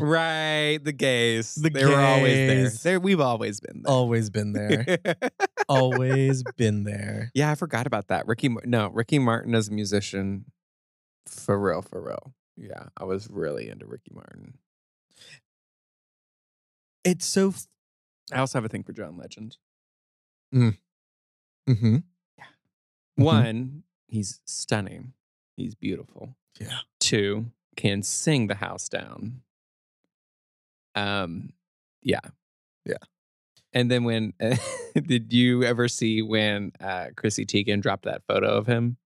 [SPEAKER 1] [LAUGHS] right, the gays.
[SPEAKER 3] The
[SPEAKER 1] they were always there.
[SPEAKER 3] gays.
[SPEAKER 1] They're- We've always been there.
[SPEAKER 3] always been there,
[SPEAKER 1] [LAUGHS]
[SPEAKER 3] always been there.
[SPEAKER 1] yeah, I forgot about that. Ricky, Mar- no, Ricky Martin as a musician, for real, for real. Yeah, I was really into Ricky Martin.
[SPEAKER 3] It's so. F-
[SPEAKER 1] I also have a thing for John Legend.
[SPEAKER 3] mm-hmm. Mhm.
[SPEAKER 1] One, he's stunning. He's beautiful.
[SPEAKER 3] Yeah.
[SPEAKER 1] Two, can sing the house down. Um, yeah.
[SPEAKER 3] Yeah.
[SPEAKER 1] And then when [LAUGHS] did you ever see when uh Chrissy Teigen dropped that photo of him?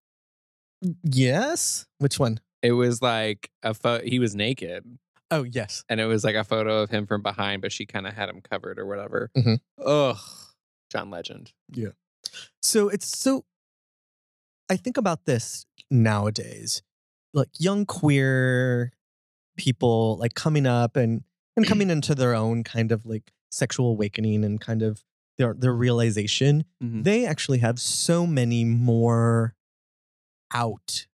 [SPEAKER 3] Yes. Which one?
[SPEAKER 1] It was like a photo he was naked
[SPEAKER 3] Oh, yes.
[SPEAKER 1] and it was like a photo of him from behind, but she kind of had him covered or whatever.
[SPEAKER 3] Mhm.
[SPEAKER 1] Ugh. John Legend.
[SPEAKER 3] So it's so. I think about this nowadays, like young queer people, like coming up and and coming into their own kind of like sexual awakening and kind of their their realization.
[SPEAKER 1] Mhm.
[SPEAKER 3] They actually have so many more out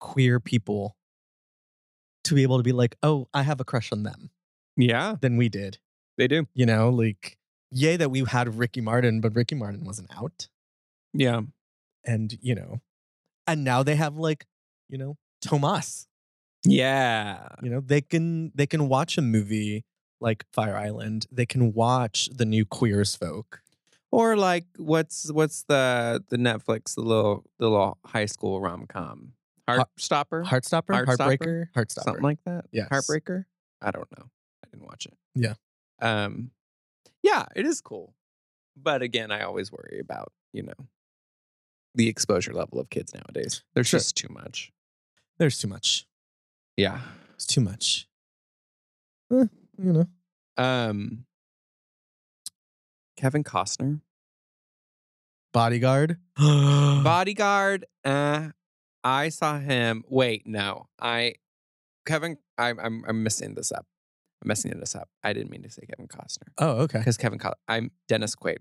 [SPEAKER 3] queer people to be able to be like, oh, I have a crush on them
[SPEAKER 1] Yeah,
[SPEAKER 3] than we did.
[SPEAKER 1] they do.
[SPEAKER 3] You know, like yay that we had Ricky Martin, but Ricky Martin wasn't out.
[SPEAKER 1] Yeah.
[SPEAKER 3] and you know, and now they have like, you know, Tomas.
[SPEAKER 1] Yeah.
[SPEAKER 3] You know, they can they can watch a movie like Fire Island. They can watch the new Queers Folk.
[SPEAKER 1] Or like what's what's the the Netflix the little the little high school rom com Heartstopper
[SPEAKER 3] Heartstopper,
[SPEAKER 1] Heartstopper?
[SPEAKER 3] Heartbreaker, Heartstopper.
[SPEAKER 1] something like that
[SPEAKER 3] Yes.
[SPEAKER 1] Heartbreaker I don't know I didn't watch it
[SPEAKER 3] Yeah.
[SPEAKER 1] um yeah it is cool but again I always worry about you know the exposure level of kids nowadays there's
[SPEAKER 3] Sure.
[SPEAKER 1] just too much
[SPEAKER 3] There's too much.
[SPEAKER 1] yeah
[SPEAKER 3] It's too much. Eh, you know.
[SPEAKER 1] um Kevin Costner
[SPEAKER 3] Bodyguard. [GASPS] Bodyguard.
[SPEAKER 1] Bodyguard. Uh, I saw him. Wait, no, I, Kevin. I'm I'm I'm messing this up. I'm messing this up. I didn't mean to say Kevin Costner
[SPEAKER 3] oh, okay.
[SPEAKER 1] because Kevin Costner. I'm Dennis Quaid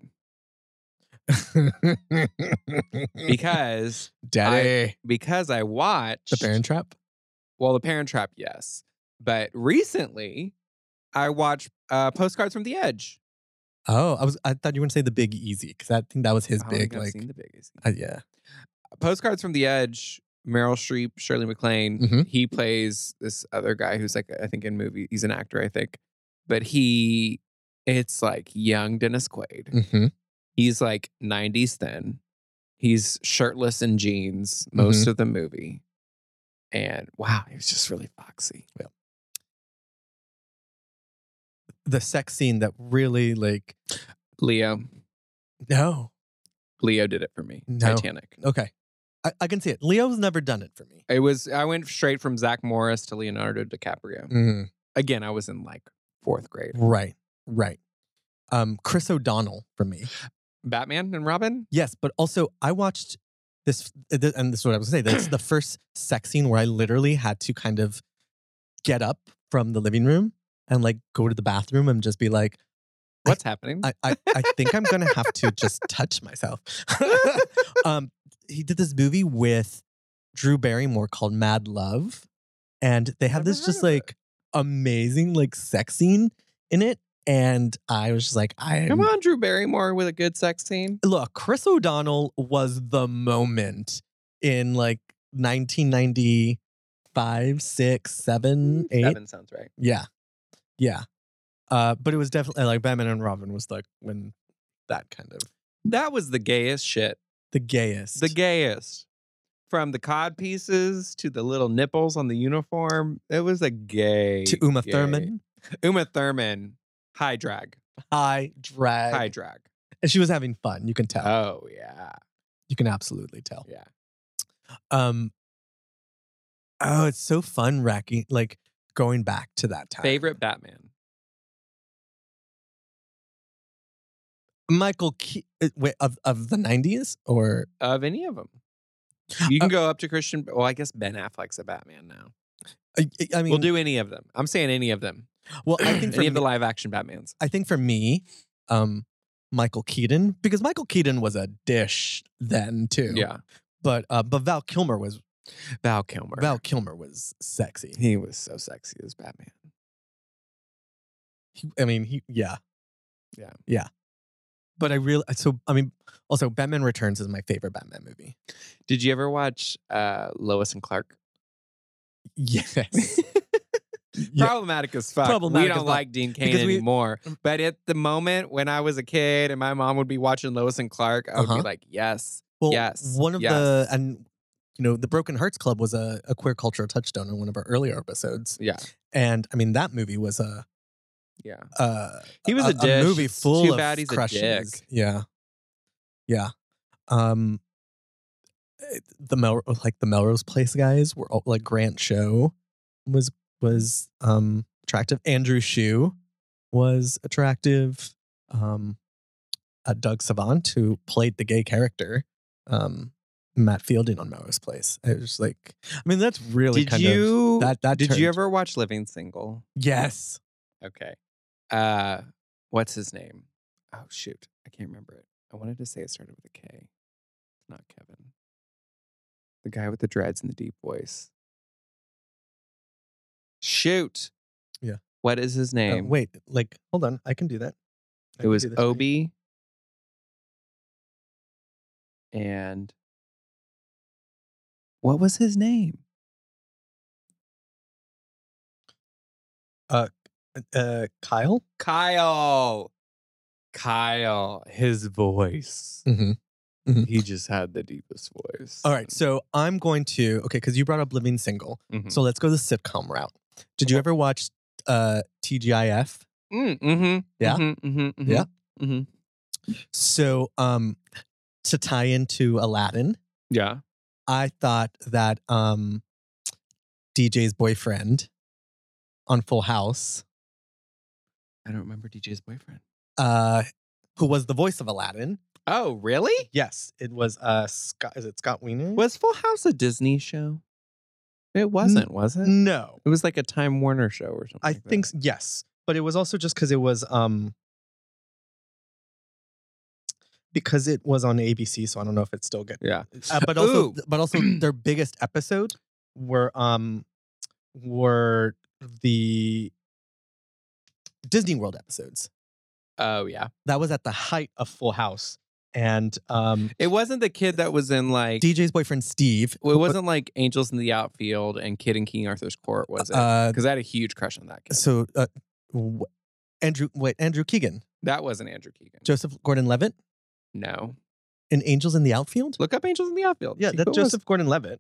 [SPEAKER 3] [LAUGHS]
[SPEAKER 1] because
[SPEAKER 3] Daddy.
[SPEAKER 1] because I watched
[SPEAKER 3] the Baron Trap.
[SPEAKER 1] Well, The Parent Trap, yes, but recently I watched uh, Postcards from the Edge.
[SPEAKER 3] Oh, I was I thought you were gonna say the Big Easy because I think that was his
[SPEAKER 1] I don't
[SPEAKER 3] big
[SPEAKER 1] think I've
[SPEAKER 3] like.
[SPEAKER 1] seen the biggest.
[SPEAKER 3] uh, yeah.
[SPEAKER 1] Postcards from the Edge, Meryl Streep, Shirley MacLaine.
[SPEAKER 3] Mhm.
[SPEAKER 1] He plays this other guy who's like I think in movie he's an actor I think, but he it's like young Dennis Quaid.
[SPEAKER 3] Mm-hmm.
[SPEAKER 1] He's like 90s thin. He's shirtless and jeans most of the movie. And wow, he was just really foxy.
[SPEAKER 3] The sex scene that really like
[SPEAKER 1] Leo,
[SPEAKER 3] no
[SPEAKER 1] Leo did it for me.
[SPEAKER 3] No.
[SPEAKER 1] Titanic.
[SPEAKER 3] Okay. I, I can see it. Leo's never done it for me.
[SPEAKER 1] It was I went straight from Zach Morris to Leonardo DiCaprio.
[SPEAKER 3] Mm.
[SPEAKER 1] Again, I was in like fourth grade.
[SPEAKER 3] Right. Right. Um, Chris O'Donnell for me.
[SPEAKER 1] Batman and Robin?
[SPEAKER 3] Yes, but also I watched this, uh, th- and this is what I was going to say. That's the first sex scene where I literally had to kind of get up from the living room and like go to the bathroom and just be like,
[SPEAKER 1] What's happening?
[SPEAKER 3] I, I, I think I'm going to have to just touch myself. [LAUGHS] um, he did this movie with Drew Barrymore called Mad Love, and they have
[SPEAKER 1] Never
[SPEAKER 3] this
[SPEAKER 1] heard
[SPEAKER 3] just
[SPEAKER 1] of it.
[SPEAKER 3] like amazing like sex scene in it, and I was just like, I
[SPEAKER 1] Come on, Drew Barrymore with a good sex scene.
[SPEAKER 3] look. Chris O'Donnell was the moment in like 1995, six, seven, Mm, eight.
[SPEAKER 1] Hmm, Seven sounds right.
[SPEAKER 3] Yeah, yeah. Uh, but it was definitely like Batman and Robin was like when that kind of
[SPEAKER 1] That was the gayest shit.
[SPEAKER 3] the gayest.
[SPEAKER 1] The gayest. From the cod pieces to the little nipples on the uniform, it was a gay.
[SPEAKER 3] to Uma
[SPEAKER 1] gay-
[SPEAKER 3] Thurman,
[SPEAKER 1] Uma Thurman, high drag,
[SPEAKER 3] high drag,
[SPEAKER 1] high Uh, drag.
[SPEAKER 3] and she was having fun. You can tell.
[SPEAKER 1] Oh yeah,
[SPEAKER 3] Oh, You can absolutely tell.
[SPEAKER 1] yeah.
[SPEAKER 3] Um, Oh, it's so fun racking like going back to that time.
[SPEAKER 1] Favorite Batman?
[SPEAKER 3] Michael Ke- uh, wait, of of the 90s or
[SPEAKER 1] Of any of them?
[SPEAKER 3] Uh
[SPEAKER 1] You can go up to Christian. Well, I guess Ben Affleck's a Batman now.
[SPEAKER 3] I, uh, I mean
[SPEAKER 1] we'll do any of them. I'm saying any of them.
[SPEAKER 3] well
[SPEAKER 1] [CLEARS THROAT]
[SPEAKER 3] I think for
[SPEAKER 1] any of the
[SPEAKER 3] me-
[SPEAKER 1] live action Batmans.
[SPEAKER 3] I think for me um Michael Keaton because Michael Keaton was a dish then too.
[SPEAKER 1] Yeah,
[SPEAKER 3] But uh but Val Kilmer was
[SPEAKER 1] Val Kilmer.
[SPEAKER 3] Val Kilmer was sexy.
[SPEAKER 1] He was so sexy as Batman.
[SPEAKER 3] He- I mean, he yeah.
[SPEAKER 1] Yeah.
[SPEAKER 3] Yeah. But I really so I mean also Batman Returns is my favorite Batman movie.
[SPEAKER 1] Did you ever watch uh, Lois and Clark?
[SPEAKER 3] [LAUGHS] Yes. Yeah.
[SPEAKER 1] Problematic as fuck.
[SPEAKER 3] Problematic
[SPEAKER 1] we
[SPEAKER 3] as
[SPEAKER 1] don't
[SPEAKER 3] fuck.
[SPEAKER 1] like Dean Cain
[SPEAKER 3] Because we- Mm.
[SPEAKER 1] anymore. But at the moment when I was a kid and my mom would be watching Lois and Clark, I would
[SPEAKER 3] Uh-huh.
[SPEAKER 1] be like, yes.
[SPEAKER 3] Well,
[SPEAKER 1] Yes,
[SPEAKER 3] One of the
[SPEAKER 1] yes.
[SPEAKER 3] and you know the Broken Hearts Club was a, a queer cultural touchstone in one of our earlier episodes,
[SPEAKER 1] Yeah.
[SPEAKER 3] and I mean that movie was a
[SPEAKER 1] Yeah.
[SPEAKER 3] uh,
[SPEAKER 1] He was a,
[SPEAKER 3] a,
[SPEAKER 1] dish.
[SPEAKER 3] movie
[SPEAKER 1] It's
[SPEAKER 3] full
[SPEAKER 1] too
[SPEAKER 3] of
[SPEAKER 1] bad he's
[SPEAKER 3] crushes.
[SPEAKER 1] a dick.
[SPEAKER 3] Yeah, yeah. Um, eh, the Mel like the Melrose Place guys were all, like Grant Show was was um attractive. Andrew Shue was attractive. Um, uh, Doug Savant who played the gay character. Um. Matt Fielding on Melrose Place. It was just like, I mean, that's really
[SPEAKER 1] did
[SPEAKER 3] kind of
[SPEAKER 1] you
[SPEAKER 3] that- that
[SPEAKER 1] did
[SPEAKER 3] turned-
[SPEAKER 1] you ever watch Living Single?
[SPEAKER 3] yes.
[SPEAKER 1] Okay. Uh what's his name? Oh shoot. I can't remember it. I wanted to say it started with a K. It's not Kevin. The guy with the dreads and the deep voice. Shoot.
[SPEAKER 3] Yeah.
[SPEAKER 1] What is his
[SPEAKER 3] Uh,
[SPEAKER 1] name?
[SPEAKER 3] wait, like, hold on, I can do that. I
[SPEAKER 1] It
[SPEAKER 3] can
[SPEAKER 1] was
[SPEAKER 3] do this.
[SPEAKER 1] Obi and what was his name?
[SPEAKER 3] uh, Kyle.
[SPEAKER 1] Kyle. Kyle. His voice.
[SPEAKER 3] Mm-hmm.
[SPEAKER 1] He just had the deepest voice.
[SPEAKER 3] All right, so I'm going to okay because you brought up Living Single,
[SPEAKER 1] Mhm.
[SPEAKER 3] so let's go the sitcom route. Did you ever watch uh, TGIF?
[SPEAKER 1] Mm, mm-hmm.
[SPEAKER 3] Yeah?
[SPEAKER 1] Mm-hmm, mm-hmm,
[SPEAKER 3] Yeah?
[SPEAKER 1] Mm-hmm.
[SPEAKER 3] So um, to tie into Aladdin,
[SPEAKER 1] Yeah.
[SPEAKER 3] I thought that um, DJ's boyfriend on Full House,
[SPEAKER 1] I don't remember DJ's boyfriend.
[SPEAKER 3] uh, who was the voice of Aladdin.
[SPEAKER 1] Oh, really?
[SPEAKER 3] Yes, it was uh, Scott. Is it Scott Weiner?
[SPEAKER 1] Was Full House a Disney show? It wasn't, was it?
[SPEAKER 3] no.
[SPEAKER 1] It was like a Time Warner show or something.
[SPEAKER 3] I
[SPEAKER 1] like that.
[SPEAKER 3] think s- yes, but it was also just because it was um because it was on ABC, so I don't know if it's still good.
[SPEAKER 1] Yeah.
[SPEAKER 3] Uh, but also,
[SPEAKER 1] Ooh.
[SPEAKER 3] th- but also,
[SPEAKER 1] [CLEARS THROAT]
[SPEAKER 3] their biggest episode were um were the Disney World episodes.
[SPEAKER 1] Oh, yeah.
[SPEAKER 3] That was at the height of Full House, and um
[SPEAKER 1] It wasn't the kid that was in like.
[SPEAKER 3] DJ's boyfriend Steve.
[SPEAKER 1] well, it wasn't like Angels in the Outfield and Kid in King Arthur's Court, was it?
[SPEAKER 3] Uh,
[SPEAKER 1] Because I had a huge crush on that kid.
[SPEAKER 3] so uh, w- Andrew, wait, Andrew Keegan,
[SPEAKER 1] That wasn't Andrew Keegan.
[SPEAKER 3] Joseph Gordon-Levitt,
[SPEAKER 1] no.
[SPEAKER 3] in Angels in the Outfield.
[SPEAKER 1] Look up Angels in the Outfield.
[SPEAKER 3] Yeah,
[SPEAKER 1] See
[SPEAKER 3] that's
[SPEAKER 1] who it was.
[SPEAKER 3] Joseph Gordon-Levitt.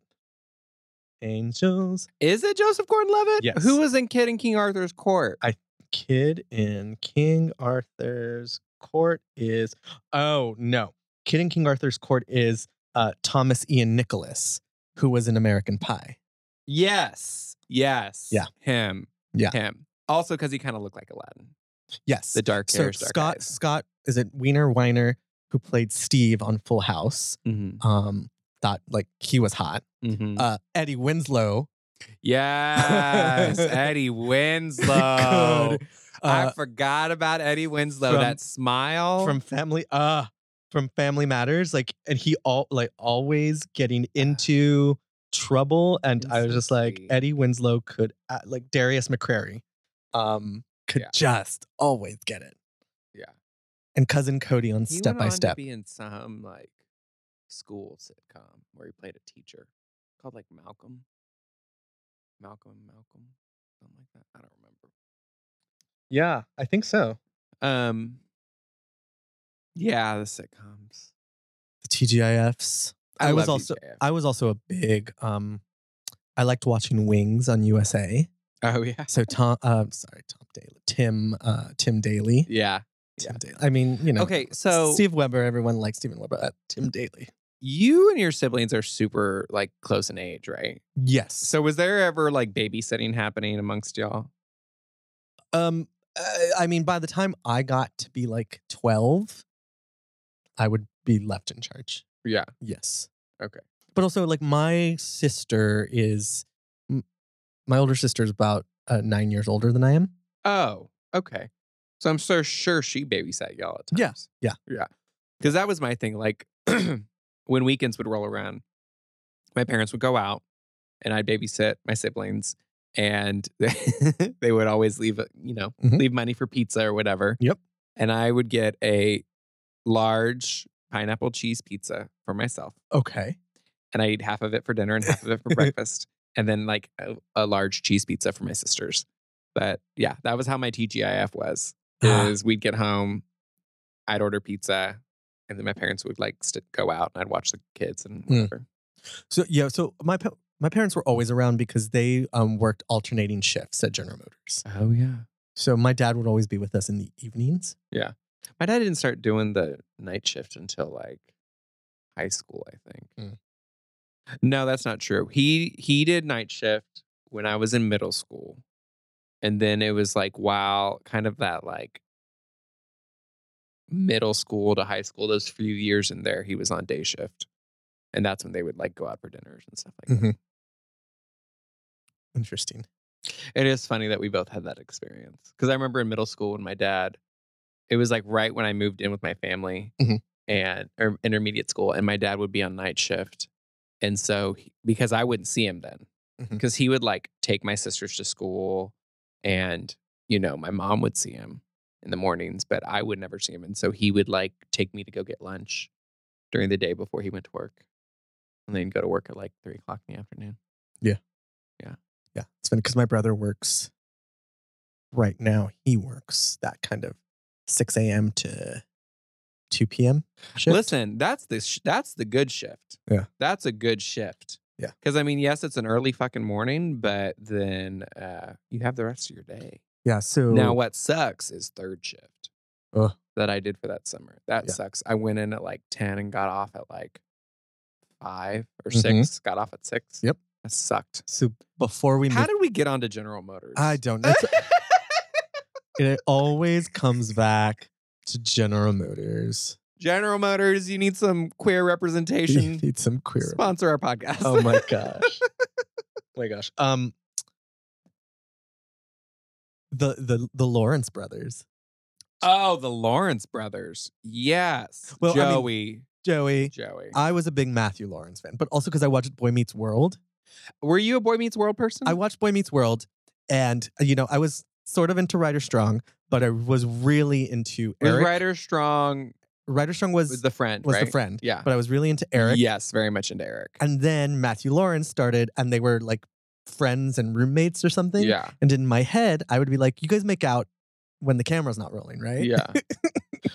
[SPEAKER 3] Angels,
[SPEAKER 1] Is it Joseph Gordon-Levitt?
[SPEAKER 3] Yes.
[SPEAKER 1] Who was in Kid in King Arthur's Court?
[SPEAKER 3] kid in King Arthur's court is oh no, kid in King Arthur's court is uh, Thomas Ian Nicholas, who was in American Pie.
[SPEAKER 1] Yes. Yes.
[SPEAKER 3] Yeah.
[SPEAKER 1] Him.
[SPEAKER 3] Yeah.
[SPEAKER 1] Him. Also because he kind of looked like Aladdin.
[SPEAKER 3] Yes,
[SPEAKER 1] The dark
[SPEAKER 3] so
[SPEAKER 1] hair, dark
[SPEAKER 3] Scott
[SPEAKER 1] eyes.
[SPEAKER 3] Scott is it Wiener Weiner who played Steve on Full House.
[SPEAKER 1] Mm-hmm.
[SPEAKER 3] Um, thought like he was hot. [LAUGHS]
[SPEAKER 1] Mm-hmm.
[SPEAKER 3] Uh, Eddie Winslow.
[SPEAKER 1] yes. Eddie Winslow.
[SPEAKER 3] Good.
[SPEAKER 1] I
[SPEAKER 3] Uh,
[SPEAKER 1] forgot about Eddie Winslow.
[SPEAKER 3] from-
[SPEAKER 1] that smile.
[SPEAKER 3] from Family uh from Family Matters like and he all like always getting into trouble and
[SPEAKER 1] He's
[SPEAKER 3] I was
[SPEAKER 1] so
[SPEAKER 3] just like
[SPEAKER 1] sweet.
[SPEAKER 3] Eddie Winslow could uh, like Darius McCrary um could
[SPEAKER 1] Yeah.
[SPEAKER 3] just always get it.
[SPEAKER 1] Yeah.
[SPEAKER 3] And cousin Cody on
[SPEAKER 1] he
[SPEAKER 3] Step
[SPEAKER 1] went
[SPEAKER 3] by
[SPEAKER 1] on to
[SPEAKER 3] Step.
[SPEAKER 1] be in some like school sitcom where he played a teacher called like Malcolm. Malcolm and Malcolm. Something like that. I don't remember.
[SPEAKER 3] yeah, I think so.
[SPEAKER 1] Um Yeah, the sitcoms.
[SPEAKER 3] The TGIFs. I, was
[SPEAKER 1] love
[SPEAKER 3] also
[SPEAKER 1] TJF.
[SPEAKER 3] I was also a big um I liked watching Wings on USA.
[SPEAKER 1] [LAUGHS] Oh yeah.
[SPEAKER 3] So Tom uh, sorry, Tom Daly. Tim uh Tim Daly.
[SPEAKER 1] Yeah.
[SPEAKER 3] Tim Daly. I mean, you know. [LAUGHS]
[SPEAKER 1] Okay, so
[SPEAKER 3] Steve Weber, everyone likes Stephen Weber. Uh, Tim Daly.
[SPEAKER 1] you and your siblings are super like close in age, right?
[SPEAKER 3] Yes.
[SPEAKER 1] So was there ever like babysitting happening amongst y'all?
[SPEAKER 3] Um, I- I mean, by the time I got to be like 12, I would be left in charge.
[SPEAKER 1] Yeah.
[SPEAKER 3] Yes.
[SPEAKER 1] Okay.
[SPEAKER 3] But also, like, my sister is, m- my older sister is about uh, nine years older than I am.
[SPEAKER 1] Oh, okay. So I'm so sure she babysat y'all at
[SPEAKER 3] Yeah,
[SPEAKER 1] times. Yeah. Yeah. Because that was my thing. Like [CLEARS THROAT] when weekends would roll around, my parents would go out and I'd babysit my siblings and [LAUGHS] they would always leave, uh, you know,
[SPEAKER 3] Mhm.
[SPEAKER 1] leave money for pizza or whatever.
[SPEAKER 3] Yep.
[SPEAKER 1] And I would get a large pineapple cheese pizza for myself.
[SPEAKER 3] Okay.
[SPEAKER 1] And I eat half of it for dinner and half of it for breakfast. And then like a, a large cheese pizza for my sisters. But yeah, that was how my TGIF was
[SPEAKER 3] Ah.
[SPEAKER 1] is we'd get home, I'd order pizza, and then my parents would like st- go out and I'd watch the kids and whatever.
[SPEAKER 3] So, yeah. So, my, pa- my parents were always around because they um, worked alternating shifts at General Motors.
[SPEAKER 1] Oh yeah.
[SPEAKER 3] So, my dad would always be with us in the evenings.
[SPEAKER 1] My dad didn't start doing the night shift until like high school, I think. No, that's not true. He he did night shift when I was in middle school. And then it was like wow, kind of that like middle school to high school, those few years in there, he was on day shift. And that's when they would like go out for dinners and stuff like that.
[SPEAKER 3] Interesting.
[SPEAKER 1] It is funny that we both had that experience because I remember in middle school when my dad, it was like right when I moved in with my family
[SPEAKER 3] Mhm.
[SPEAKER 1] and or intermediate school, and my dad would be on night shift, and so he- because I wouldn't see him then,
[SPEAKER 3] Mhm.
[SPEAKER 1] because he would like take my sisters to school, and you know my mom would see him in the mornings, but I would never see him, and so he would like take me to go get lunch during the day before he went to work, and then go to work at like three o'clock in the afternoon.
[SPEAKER 3] Yeah, it's funny because my brother works right now. He works that kind of 6 a.m. to 2 p.m. shift.
[SPEAKER 1] Listen, that's the sh- that's the good shift.
[SPEAKER 3] Yeah.
[SPEAKER 1] that's a good shift.
[SPEAKER 3] Yeah.
[SPEAKER 1] because I mean, yes, it's an early fucking morning, but then uh, you have the rest of your day.
[SPEAKER 3] Yeah, so
[SPEAKER 1] Now, what sucks is third shift
[SPEAKER 3] Ugh.
[SPEAKER 1] that I did for that summer. That
[SPEAKER 3] Yeah.
[SPEAKER 1] sucks. I went in at like ten and got off at like five or
[SPEAKER 3] Mhm.
[SPEAKER 1] 6 Got off at six.
[SPEAKER 3] Yep.
[SPEAKER 1] that sucked.
[SPEAKER 3] so before we
[SPEAKER 1] How
[SPEAKER 3] move,
[SPEAKER 1] did we get onto General Motors? [LAUGHS]
[SPEAKER 3] I don't know. It's- it always comes back to General Motors. [LAUGHS]
[SPEAKER 1] General Motors, you need some queer
[SPEAKER 3] You
[SPEAKER 1] representation.
[SPEAKER 3] need some [LAUGHS] queer.
[SPEAKER 1] Sponsor our podcast.
[SPEAKER 3] Oh my [LAUGHS] gosh. oh my gosh. Um the the the Lawrence brothers.
[SPEAKER 1] Oh, the Lawrence brothers. Yes.
[SPEAKER 3] Well, I mean-
[SPEAKER 1] Joey.
[SPEAKER 3] Joey.
[SPEAKER 1] Joey.
[SPEAKER 3] I was a big Matthew Lawrence fan, but also because I watched Boy Meets World.
[SPEAKER 1] Were you a Boy Meets World person?
[SPEAKER 3] I watched Boy Meets World, and uh, you know, I was sort of into Ryder Strong, but I was really into
[SPEAKER 1] was
[SPEAKER 3] Eric.
[SPEAKER 1] Ryder Strong
[SPEAKER 3] Ryder Strong was
[SPEAKER 1] was the friend.
[SPEAKER 3] was
[SPEAKER 1] right?
[SPEAKER 3] the friend,
[SPEAKER 1] Yeah.
[SPEAKER 3] but I was really into Eric.
[SPEAKER 1] Yes, very much into Eric.
[SPEAKER 3] And then Matthew Lawrence started, and they were like friends and roommates or something.
[SPEAKER 1] Yeah.
[SPEAKER 3] And in my head, I would be like, "You guys make out when the camera's not rolling, right?"
[SPEAKER 1] Yeah.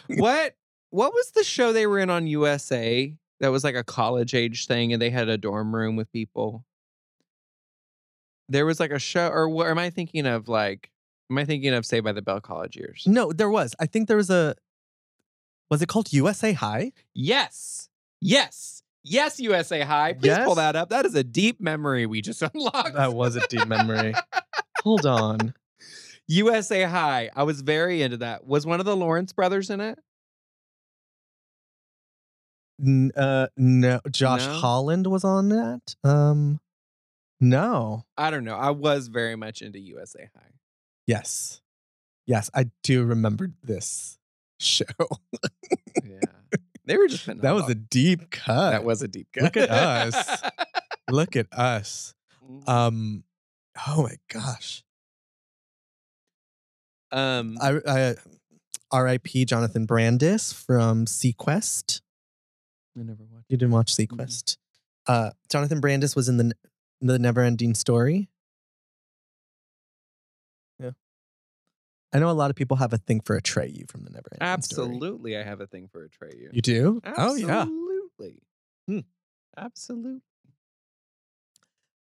[SPEAKER 1] what what was the show they were in on USA that was like a college age thing and they had a dorm room with people? There was like a show or what am I thinking of like am I thinking of Saved by the Bell college years?
[SPEAKER 3] No, there was. I think there was a. Was it called USA High?
[SPEAKER 1] Yes. Yes. Yes, USA High. Please pull
[SPEAKER 3] Yes.
[SPEAKER 1] that up. That is a deep memory we just [LAUGHS] unlocked.
[SPEAKER 3] was a deep memory. Hold on.
[SPEAKER 1] USA High. I was very into that. Was one of the Lawrence brothers in it?
[SPEAKER 3] N- uh, no, Josh
[SPEAKER 1] No?
[SPEAKER 3] Holland was on that. Um, no.
[SPEAKER 1] I don't know. I was very much into USA High.
[SPEAKER 3] Yes, yes, I do remember this [LAUGHS] show.
[SPEAKER 1] Yeah. They were just
[SPEAKER 3] That was a deep cut.
[SPEAKER 1] Oh. that was a deep cut.
[SPEAKER 3] Look at us.
[SPEAKER 1] [LAUGHS]
[SPEAKER 3] Look at us. Um, oh my gosh.
[SPEAKER 1] um
[SPEAKER 3] I, I R.I.P. Jonathan Brandis from Sequest.
[SPEAKER 1] never watched.
[SPEAKER 3] You didn't watch
[SPEAKER 1] Mm-hmm.
[SPEAKER 3] Sequest. Uh, Jonathan Brandis was in the N- the Never Ending Story. Yeah, I know a lot of people have a thing for Atreyu from the Never Ending Story.
[SPEAKER 1] Absolutely, I have a thing for Atreyu.
[SPEAKER 3] You do?
[SPEAKER 1] Absolutely.
[SPEAKER 3] Oh yeah. Hmm.
[SPEAKER 1] Absolutely.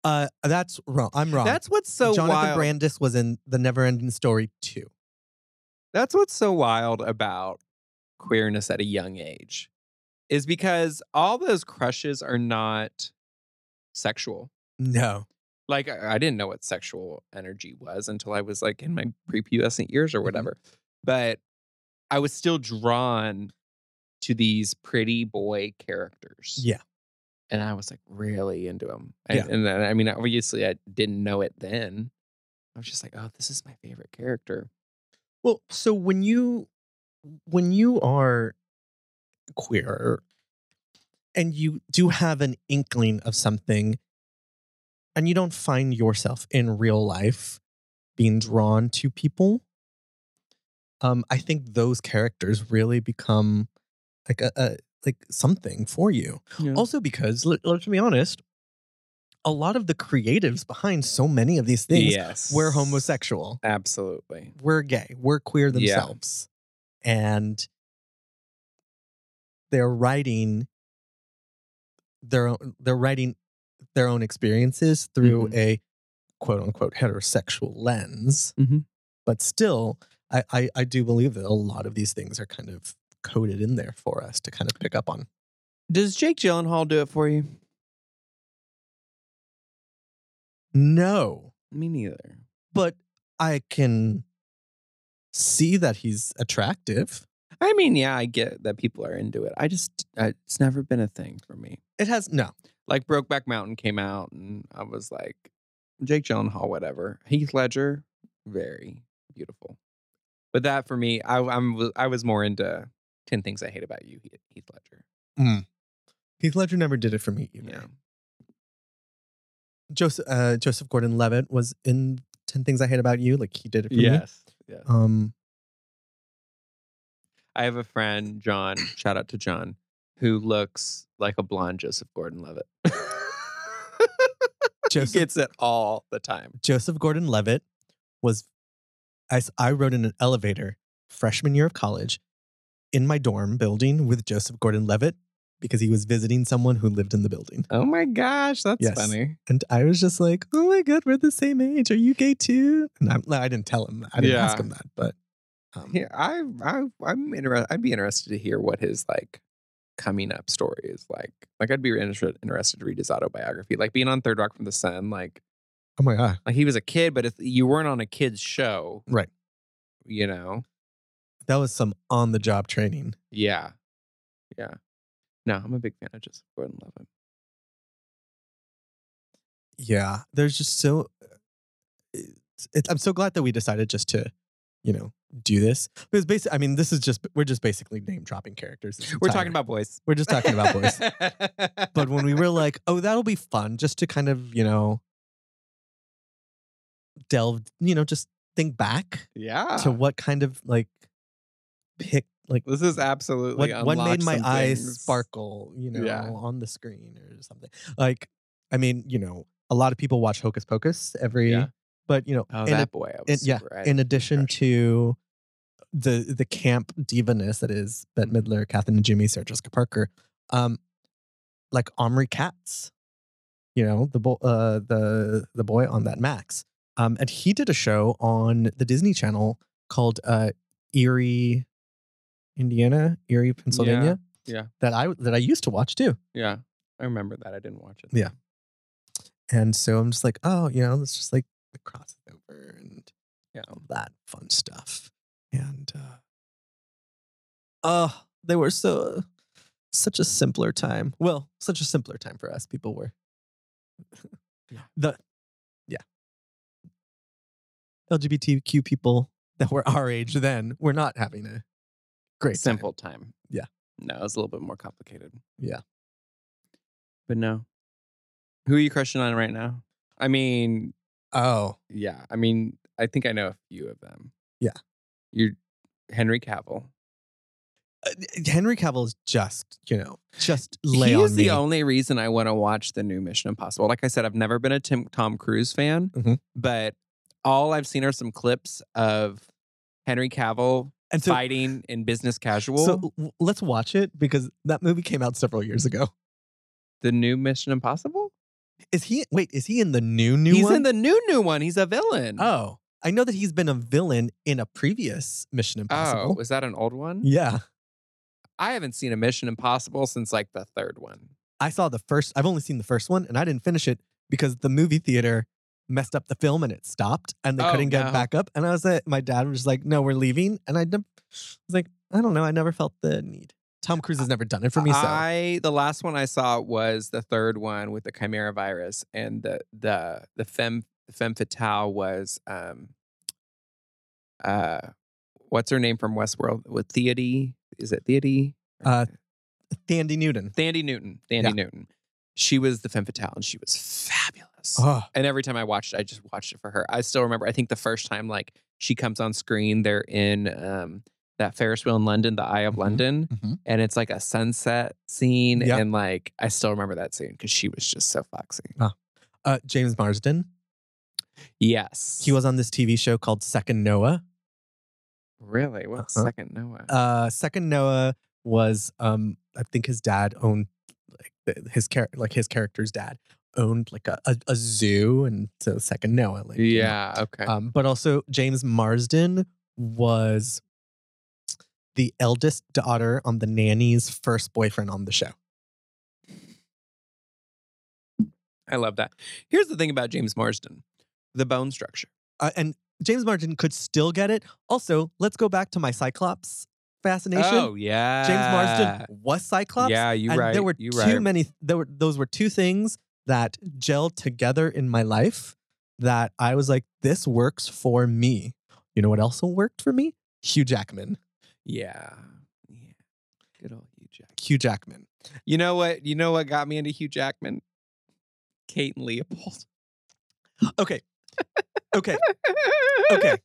[SPEAKER 3] Uh, that's wrong. I'm wrong.
[SPEAKER 1] That's what's so
[SPEAKER 3] Jonathan
[SPEAKER 1] wild.
[SPEAKER 3] Brandis was in the Never Ending Story too.
[SPEAKER 1] That's what's so wild about queerness at a young age is because all those crushes are not sexual.
[SPEAKER 3] No.
[SPEAKER 1] Like I I didn't know what sexual energy was until I was like in my prepubescent years
[SPEAKER 3] Mm-hmm.
[SPEAKER 1] or whatever. But I was still drawn to these pretty boy characters.
[SPEAKER 3] Yeah.
[SPEAKER 1] And I was like really into them.
[SPEAKER 3] Yeah.
[SPEAKER 1] And then I mean obviously I didn't know it then. I was just like, "Oh, this is my favorite character."
[SPEAKER 3] Well, so when you when you are queer and you do have an inkling of something and you don't find yourself in real life being drawn to people um i think those characters really become like a, a like something for you
[SPEAKER 1] Yeah.
[SPEAKER 3] also because let, let's be honest a lot of the creatives behind so many of these things
[SPEAKER 1] yes.
[SPEAKER 3] were homosexual
[SPEAKER 1] Absolutely.
[SPEAKER 3] we're gay, we're queer
[SPEAKER 1] Yeah.
[SPEAKER 3] themselves. And they're writing their own they're writing their own experiences through
[SPEAKER 1] Mhm.
[SPEAKER 3] a quote unquote heterosexual lens.
[SPEAKER 1] Mhm.
[SPEAKER 3] But still, I, I, I do believe that a lot of these things are kind of coded in there for us to kind of pick up on.
[SPEAKER 1] Does Jake Gyllenhaal do it for you?
[SPEAKER 3] No.
[SPEAKER 1] Me neither.
[SPEAKER 3] But I can see that he's attractive.
[SPEAKER 1] I mean, yeah, I get that people are into it. I just, I, it's never been a thing for me.
[SPEAKER 3] It has no.
[SPEAKER 1] Like Brokeback Mountain came out, and I was like, Jake Gyllenhaal, whatever. Heath Ledger, very beautiful. But that for me, I, I'm, I was more into Ten Things I Hate About You, Heath Heath Ledger.
[SPEAKER 3] Heath Ledger never did it for me either.
[SPEAKER 1] Yeah,
[SPEAKER 3] Joseph uh, Joseph Gordon Levitt was in Ten Things I Hate About You. Like he did it for me.
[SPEAKER 1] yes.
[SPEAKER 3] Um,
[SPEAKER 1] I have a friend, John. Shout out to John, who looks like a blonde Joseph Gordon-Levitt. [LAUGHS]
[SPEAKER 3] Joseph
[SPEAKER 1] he gets it all the time.
[SPEAKER 3] Joseph Gordon Levitt was. I, s- I rode in an elevator freshman year of college in my dorm building with Joseph Gordon Levitt because he was visiting someone who lived in the building.
[SPEAKER 1] Oh my gosh, that's
[SPEAKER 3] Yes.
[SPEAKER 1] funny.
[SPEAKER 3] And I was just like, oh my God, we're the same age. Are you gay too? And I'm, I didn't tell him that. I didn't ask
[SPEAKER 1] Yeah.
[SPEAKER 3] him that. But um,
[SPEAKER 1] Yeah, I, I, I'm interested. I'd be interested to hear what his like coming up story is like. Like, I'd be inter- interested to read his autobiography. Like being on Third Rock from the Sun. Like,
[SPEAKER 3] oh my God.
[SPEAKER 1] like he was a kid, but if you weren't on a kid's show,
[SPEAKER 3] Right.
[SPEAKER 1] You know,
[SPEAKER 3] That was some on the job training.
[SPEAKER 1] yeah, yeah. No, I'm a big fan of Joseph Gordon-Levitt.
[SPEAKER 3] yeah there's just so uh, it's, it's, i'm so glad that we decided just to you know do this because basically i mean this is just we're just basically name dropping characters this
[SPEAKER 1] We're
[SPEAKER 3] entire-
[SPEAKER 1] talking about boys.
[SPEAKER 3] we're just talking
[SPEAKER 1] [LAUGHS]
[SPEAKER 3] about boys but when we were like oh that'll be fun just to kind of you know delve you know just think back
[SPEAKER 1] yeah,
[SPEAKER 3] to what kind of like pick like
[SPEAKER 1] this is absolutely
[SPEAKER 3] what, what made
[SPEAKER 1] unlocked
[SPEAKER 3] my
[SPEAKER 1] some
[SPEAKER 3] eyes
[SPEAKER 1] things.
[SPEAKER 3] sparkle you know
[SPEAKER 1] Yeah.
[SPEAKER 3] on the screen or something like i mean you know a lot of people watch hocus pocus every
[SPEAKER 1] Yeah.
[SPEAKER 3] but you know
[SPEAKER 1] Oh,
[SPEAKER 3] in,
[SPEAKER 1] that
[SPEAKER 3] a-
[SPEAKER 1] boy! I
[SPEAKER 3] in-
[SPEAKER 1] was
[SPEAKER 3] yeah
[SPEAKER 1] super- I had
[SPEAKER 3] in
[SPEAKER 1] a
[SPEAKER 3] addition
[SPEAKER 1] crush.
[SPEAKER 3] to the the camp divaness that is bette
[SPEAKER 1] Mhm.
[SPEAKER 3] midler Katherine and jimmy sarah jessica parker um like omri katz you know the bo- uh the the boy on that max um and he did a show on the disney channel called uh erie indiana erie pennsylvania
[SPEAKER 1] yeah.
[SPEAKER 3] that i that i used to watch too
[SPEAKER 1] Yeah, I remember that. I didn't watch it.
[SPEAKER 3] Yeah. and so i'm just like oh you know it's just like the crossover and
[SPEAKER 1] Yeah.
[SPEAKER 3] all that fun stuff. And uh oh, they were so such a simpler time. Well, such a simpler time for us. People were
[SPEAKER 1] Yeah.
[SPEAKER 3] the yeah. LGBTQ people that were our age then were not having a great time.
[SPEAKER 1] Simple time.
[SPEAKER 3] Yeah.
[SPEAKER 1] No, it was a little bit more complicated.
[SPEAKER 3] Yeah.
[SPEAKER 1] But no. Who are you crushing on right now? I mean,
[SPEAKER 3] Oh,
[SPEAKER 1] yeah. I mean, I think I know a few of them.
[SPEAKER 3] Yeah.
[SPEAKER 1] You're Henry Cavill.
[SPEAKER 3] Uh, Henry Cavill is just you know just lay
[SPEAKER 1] he
[SPEAKER 3] on
[SPEAKER 1] is
[SPEAKER 3] me.
[SPEAKER 1] the only reason I want to watch the new Mission Impossible. Like I said, I've never been a Tim Tom Cruise fan,
[SPEAKER 3] Mhm.
[SPEAKER 1] but all I've seen are some clips of Henry Cavill
[SPEAKER 3] and so,
[SPEAKER 1] fighting in business casual.
[SPEAKER 3] so w- let's watch it because that movie came out several years ago.
[SPEAKER 1] the new Mission Impossible?
[SPEAKER 3] Is he wait? Is he in the new new
[SPEAKER 1] he's
[SPEAKER 3] one?
[SPEAKER 1] in the new new one. He's a villain.
[SPEAKER 3] oh, I know that he's been a villain in a previous Mission
[SPEAKER 1] Oh,
[SPEAKER 3] Impossible.
[SPEAKER 1] was that an old one?
[SPEAKER 3] yeah,
[SPEAKER 1] I haven't seen a Mission Impossible since like the third one.
[SPEAKER 3] I saw the first, I've only seen the first one and I didn't finish it because the movie theater messed up the film and it stopped and they
[SPEAKER 1] Oh,
[SPEAKER 3] couldn't get
[SPEAKER 1] no.
[SPEAKER 3] back up. And I was like, my dad was just like, no, we're leaving. And I dem- was like, I don't know. I never felt the need. Tom Cruise has never done it for me. So
[SPEAKER 1] I the last one I saw was the third one with the Chimera virus, and the the the femme the femme fatale was um uh what's her name from Westworld with Theody? Is it Theody?
[SPEAKER 3] Uh, Thandi Newton.
[SPEAKER 1] Thandi Newton. Thandi
[SPEAKER 3] Yeah.
[SPEAKER 1] Newton. She was the femme fatale, and she was fabulous.
[SPEAKER 3] Oh,
[SPEAKER 1] And every time I watched it, I just watched it for her. I still remember. I think the first time like she comes on screen, they're in um that Ferris wheel in London, the Eye of
[SPEAKER 3] Mhm.
[SPEAKER 1] London
[SPEAKER 3] mhm.
[SPEAKER 1] and it's like a sunset scene
[SPEAKER 3] Yeah.
[SPEAKER 1] and like i still remember that scene because she was just so foxy
[SPEAKER 3] uh, James Marsden.
[SPEAKER 1] yes
[SPEAKER 3] He was on this TV show called Second Noah.
[SPEAKER 1] really well
[SPEAKER 3] Uh-huh.
[SPEAKER 1] second noah
[SPEAKER 3] Uh, Second Noah was, um, I think his dad owned like th- his char- like his character's dad owned like a, a, a zoo, and so Second Noah, like you know.
[SPEAKER 1] yeah okay
[SPEAKER 3] Um, but also James Marsden was the eldest daughter on the nanny's first boyfriend on the show.
[SPEAKER 1] i love that here's the thing about james marsden the bone structure
[SPEAKER 3] Uh, and James Marsden could still get it. Also, let's go back to my Cyclops fascination.
[SPEAKER 1] oh yeah
[SPEAKER 3] James Marsden was
[SPEAKER 1] Ah.
[SPEAKER 3] Cyclops.
[SPEAKER 1] yeah you
[SPEAKER 3] and
[SPEAKER 1] right
[SPEAKER 3] there were
[SPEAKER 1] you
[SPEAKER 3] too
[SPEAKER 1] right
[SPEAKER 3] many. There were those were two things that gelled together in my life that I was like, this works for me. You know what else worked for me? Hugh Jackman.
[SPEAKER 1] yeah yeah good old hugh jackman
[SPEAKER 3] Hugh Jackman.
[SPEAKER 1] you know what you know what got me into hugh jackman kate and leopold
[SPEAKER 3] Okay.
[SPEAKER 1] [LAUGHS]
[SPEAKER 3] Okay. Okay.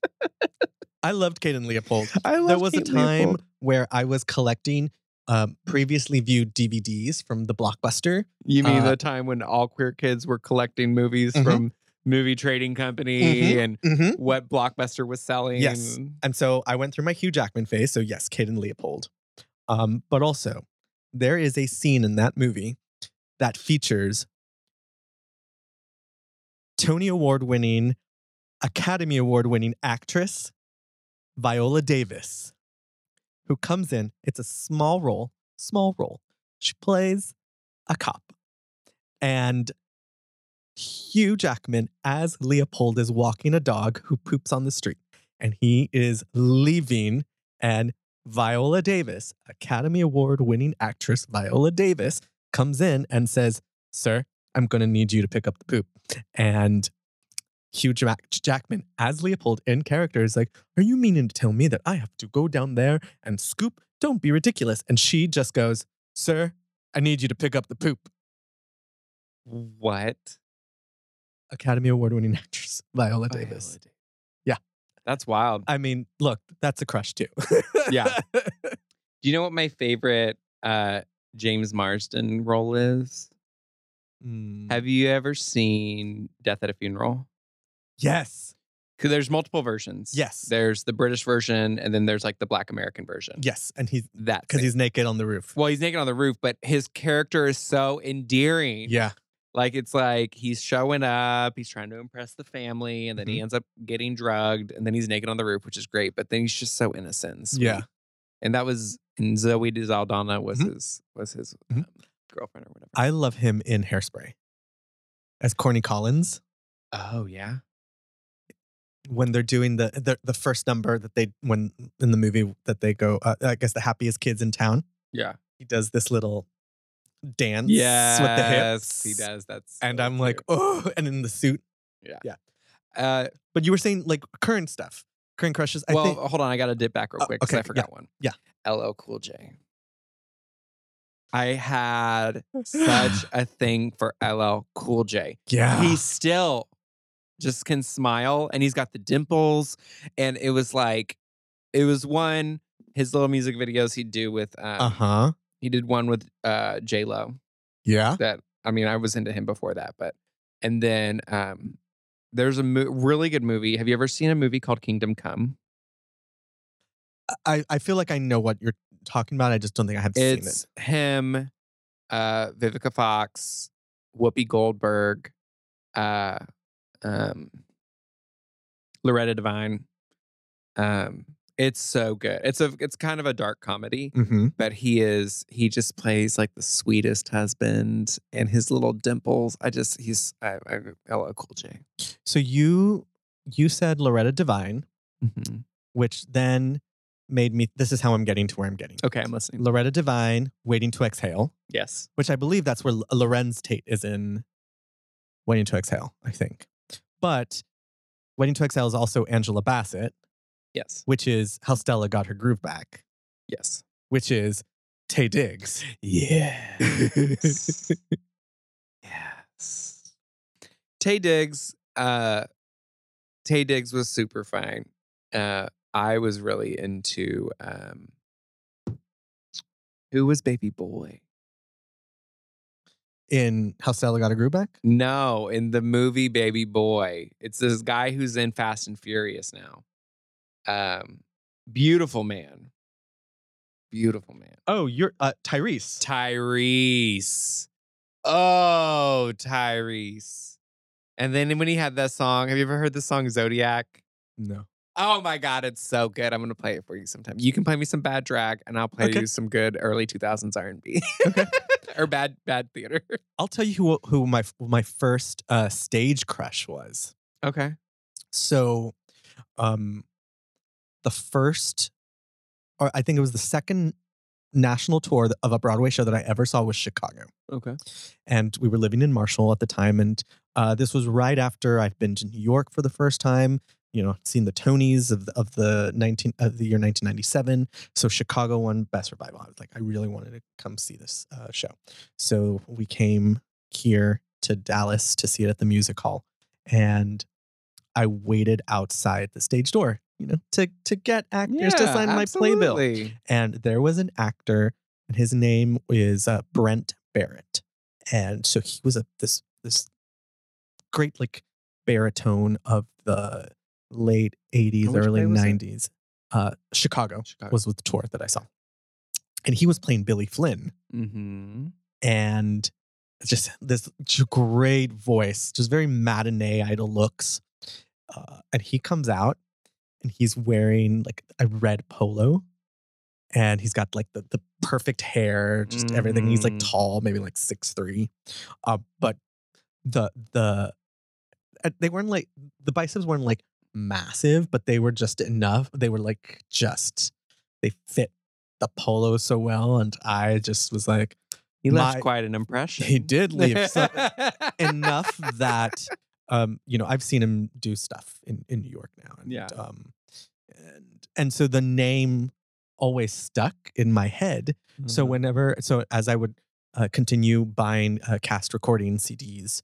[SPEAKER 3] I loved Caden Leopold.
[SPEAKER 1] I love
[SPEAKER 3] there was
[SPEAKER 1] Kate
[SPEAKER 3] a time
[SPEAKER 1] Leopold.
[SPEAKER 3] where I was collecting um, previously viewed DVDs from the Blockbuster.
[SPEAKER 1] You mean
[SPEAKER 3] Uh,
[SPEAKER 1] the time when all queer kids were collecting movies
[SPEAKER 3] Mhm.
[SPEAKER 1] from movie trading company
[SPEAKER 3] Mhm.
[SPEAKER 1] and
[SPEAKER 3] Mm-hmm.
[SPEAKER 1] what Blockbuster was selling?
[SPEAKER 3] Yes.
[SPEAKER 1] Mm-hmm.
[SPEAKER 3] And so I went through my Hugh Jackman phase. So yes, Caden Leopold. Um, but also, there is a scene in that movie that features Tony Award-winning, Academy Award-winning actress Viola Davis, who comes in. It's a small role, small role. She plays a cop, and Hugh Jackman as Leopold is walking a dog who poops on the street and he is leaving. And Viola Davis, Academy Award winning actress Viola Davis, comes in and says, Sir, I'm going to need you to pick up the poop. And Hugh Jack- Jackman, as Leopold in character, is like, Are you meaning to tell me that I have to go down there and scoop? Don't be ridiculous. And she just goes, Sir, I need you to pick up the poop.
[SPEAKER 1] What?
[SPEAKER 3] Academy Award winning [LAUGHS] actress Viola Davis.
[SPEAKER 1] Viola Davis.
[SPEAKER 3] Yeah.
[SPEAKER 1] That's wild.
[SPEAKER 3] I mean, look, that's a crush too.
[SPEAKER 1] Yeah. Do you know what my favorite uh, James Marsden role is?
[SPEAKER 3] [LAUGHS] Mm.
[SPEAKER 1] Have you ever seen Death at a Funeral?
[SPEAKER 3] yes.
[SPEAKER 1] 'Cause there's multiple versions.
[SPEAKER 3] Yes.
[SPEAKER 1] There's the British version and then there's like the black American version.
[SPEAKER 3] Yes. And he's
[SPEAKER 1] That
[SPEAKER 3] because
[SPEAKER 1] scene.
[SPEAKER 3] he's naked on the roof.
[SPEAKER 1] well, he's naked on the roof, but his character is so endearing.
[SPEAKER 3] Yeah.
[SPEAKER 1] Like it's like he's showing up, he's trying to impress the family, and then
[SPEAKER 3] Mm-hmm.
[SPEAKER 1] he ends up getting drugged, and then he's naked on the roof, which is great. But then he's just so innocent, and
[SPEAKER 3] Yeah.
[SPEAKER 1] sweet. And that was and Zoe de Zaldana was
[SPEAKER 3] Mhm.
[SPEAKER 1] his was his
[SPEAKER 3] Mhm.
[SPEAKER 1] um, girlfriend or whatever.
[SPEAKER 3] I love him in Hairspray as Corny Collins
[SPEAKER 1] oh yeah,
[SPEAKER 3] when they're doing the the, the first number that they when in the movie that they go uh, I guess the happiest kids in town.
[SPEAKER 1] yeah,
[SPEAKER 3] He does this little dance
[SPEAKER 1] yes,
[SPEAKER 3] with the hips.
[SPEAKER 1] He does. That's
[SPEAKER 3] And
[SPEAKER 1] so
[SPEAKER 3] I'm like,
[SPEAKER 1] cute.
[SPEAKER 3] "Oh," and in the suit.
[SPEAKER 1] uh,
[SPEAKER 3] But you were saying like current stuff. Current crushes. I
[SPEAKER 1] well,
[SPEAKER 3] think
[SPEAKER 1] hold on, I got to dip back real
[SPEAKER 3] Oh,
[SPEAKER 1] quick because
[SPEAKER 3] okay,
[SPEAKER 1] I
[SPEAKER 3] okay, yeah,
[SPEAKER 1] forgot one.
[SPEAKER 3] yeah.
[SPEAKER 1] LL Cool J. I
[SPEAKER 3] [SIGHS]
[SPEAKER 1] had such a thing for LL Cool J.
[SPEAKER 3] yeah.
[SPEAKER 1] he still just can smile and he's got the dimples and it was like it was one his little music videos he'd do with um,
[SPEAKER 3] uh-huh.
[SPEAKER 1] he did one with uh j lo
[SPEAKER 3] Yeah.
[SPEAKER 1] that i mean i was into him before that but and then um there's a mo- really good movie have you ever seen a movie called kingdom come
[SPEAKER 3] I, I feel like I know what you're talking about. I just don't think I have seen it.
[SPEAKER 1] it's him uh vivica fox whoopi goldberg uh um loretta devine um It's so good. It's a it's kind of a dark comedy,
[SPEAKER 3] Mm-hmm.
[SPEAKER 1] but he is he just plays like the sweetest husband and his little dimples. I just he's I, I LL Cool J.
[SPEAKER 3] So you you said Loretta Devine,
[SPEAKER 1] Mhm.
[SPEAKER 3] which then made me. This is how I'm getting to where I'm getting.
[SPEAKER 1] Okay, I'm listening.
[SPEAKER 3] Loretta Devine, waiting to exhale,
[SPEAKER 1] Yes.
[SPEAKER 3] which I believe that's where L- Lorenz Tate is in. Waiting to exhale, I think. But waiting to exhale is also Angela Bassett,
[SPEAKER 1] Yes.
[SPEAKER 3] which is how Stella got her groove back,
[SPEAKER 1] Yes.
[SPEAKER 3] which is Tay Diggs.
[SPEAKER 1] Yeah. yes. Tay Diggs, uh Tay Diggs was super fine. Uh I was really into um who was baby boy?
[SPEAKER 3] in How Stella Got Her Groove Back?
[SPEAKER 1] No, in the movie Baby Boy. It's this guy who's in Fast and Furious now. Um beautiful man. Beautiful man.
[SPEAKER 3] Oh, you're uh, Tyrese.
[SPEAKER 1] Tyrese. Oh, Tyrese. And then when he had that song, have you ever heard the song Zodiac?
[SPEAKER 3] No.
[SPEAKER 1] Oh my God, it's so good. I'm gonna play it for you sometime. You can play me some bad drag, and I'll play
[SPEAKER 3] Okay.
[SPEAKER 1] you some good early 2000s R&B [LAUGHS] or bad bad theater.
[SPEAKER 3] I'll tell you who, who my my first uh, stage crush was.
[SPEAKER 1] Okay.
[SPEAKER 3] So, um, the first, or I think it was the second national tour of a Broadway show that I ever saw was Chicago,
[SPEAKER 1] Okay.
[SPEAKER 3] and we were living in Marshall at the time, and uh, this was right after I've been to New York for the first time. You know, seen the Tonys of the, of the nineteen of the year nineteen ninety seven. So Chicago won Best Revival. I was like, I really wanted to come see this uh, show. So we came here to Dallas to see it at the music hall, and I waited outside the stage door, you know, to to get actors to sign my playbill
[SPEAKER 1] absolutely.
[SPEAKER 3] and there was an actor and his name is uh, brent barrett and so he was a this this great like baritone of the late 80s
[SPEAKER 1] which
[SPEAKER 3] early
[SPEAKER 1] play was it?
[SPEAKER 3] 90s uh chicago,
[SPEAKER 1] Chicago.
[SPEAKER 3] was with the tour that i saw and he was playing billy flynn
[SPEAKER 1] Mm-hmm.
[SPEAKER 3] and just this j- great voice, just very matinee idol looks. Uh, and he comes out and he's wearing like a red polo and he's got like the, the perfect hair, just everything. He's like
[SPEAKER 1] Mhm.
[SPEAKER 3] tall, maybe like six three. Uh, but the, the, uh, they weren't like, the biceps weren't like massive, but they were just enough. They were like just, they fit the polo so well. And I just was like,
[SPEAKER 1] He left
[SPEAKER 3] My-
[SPEAKER 1] quite an impression.
[SPEAKER 3] he
[SPEAKER 1] [LAUGHS]
[SPEAKER 3] did leave so, [LAUGHS] enough that um, you know I've seen him do stuff in, in New York now. And,
[SPEAKER 1] Yeah.
[SPEAKER 3] Um, and and so the name always stuck in my head.
[SPEAKER 1] [LAUGHS] Mm-hmm.
[SPEAKER 3] So whenever, so as I would uh, continue buying uh, cast recording CDs,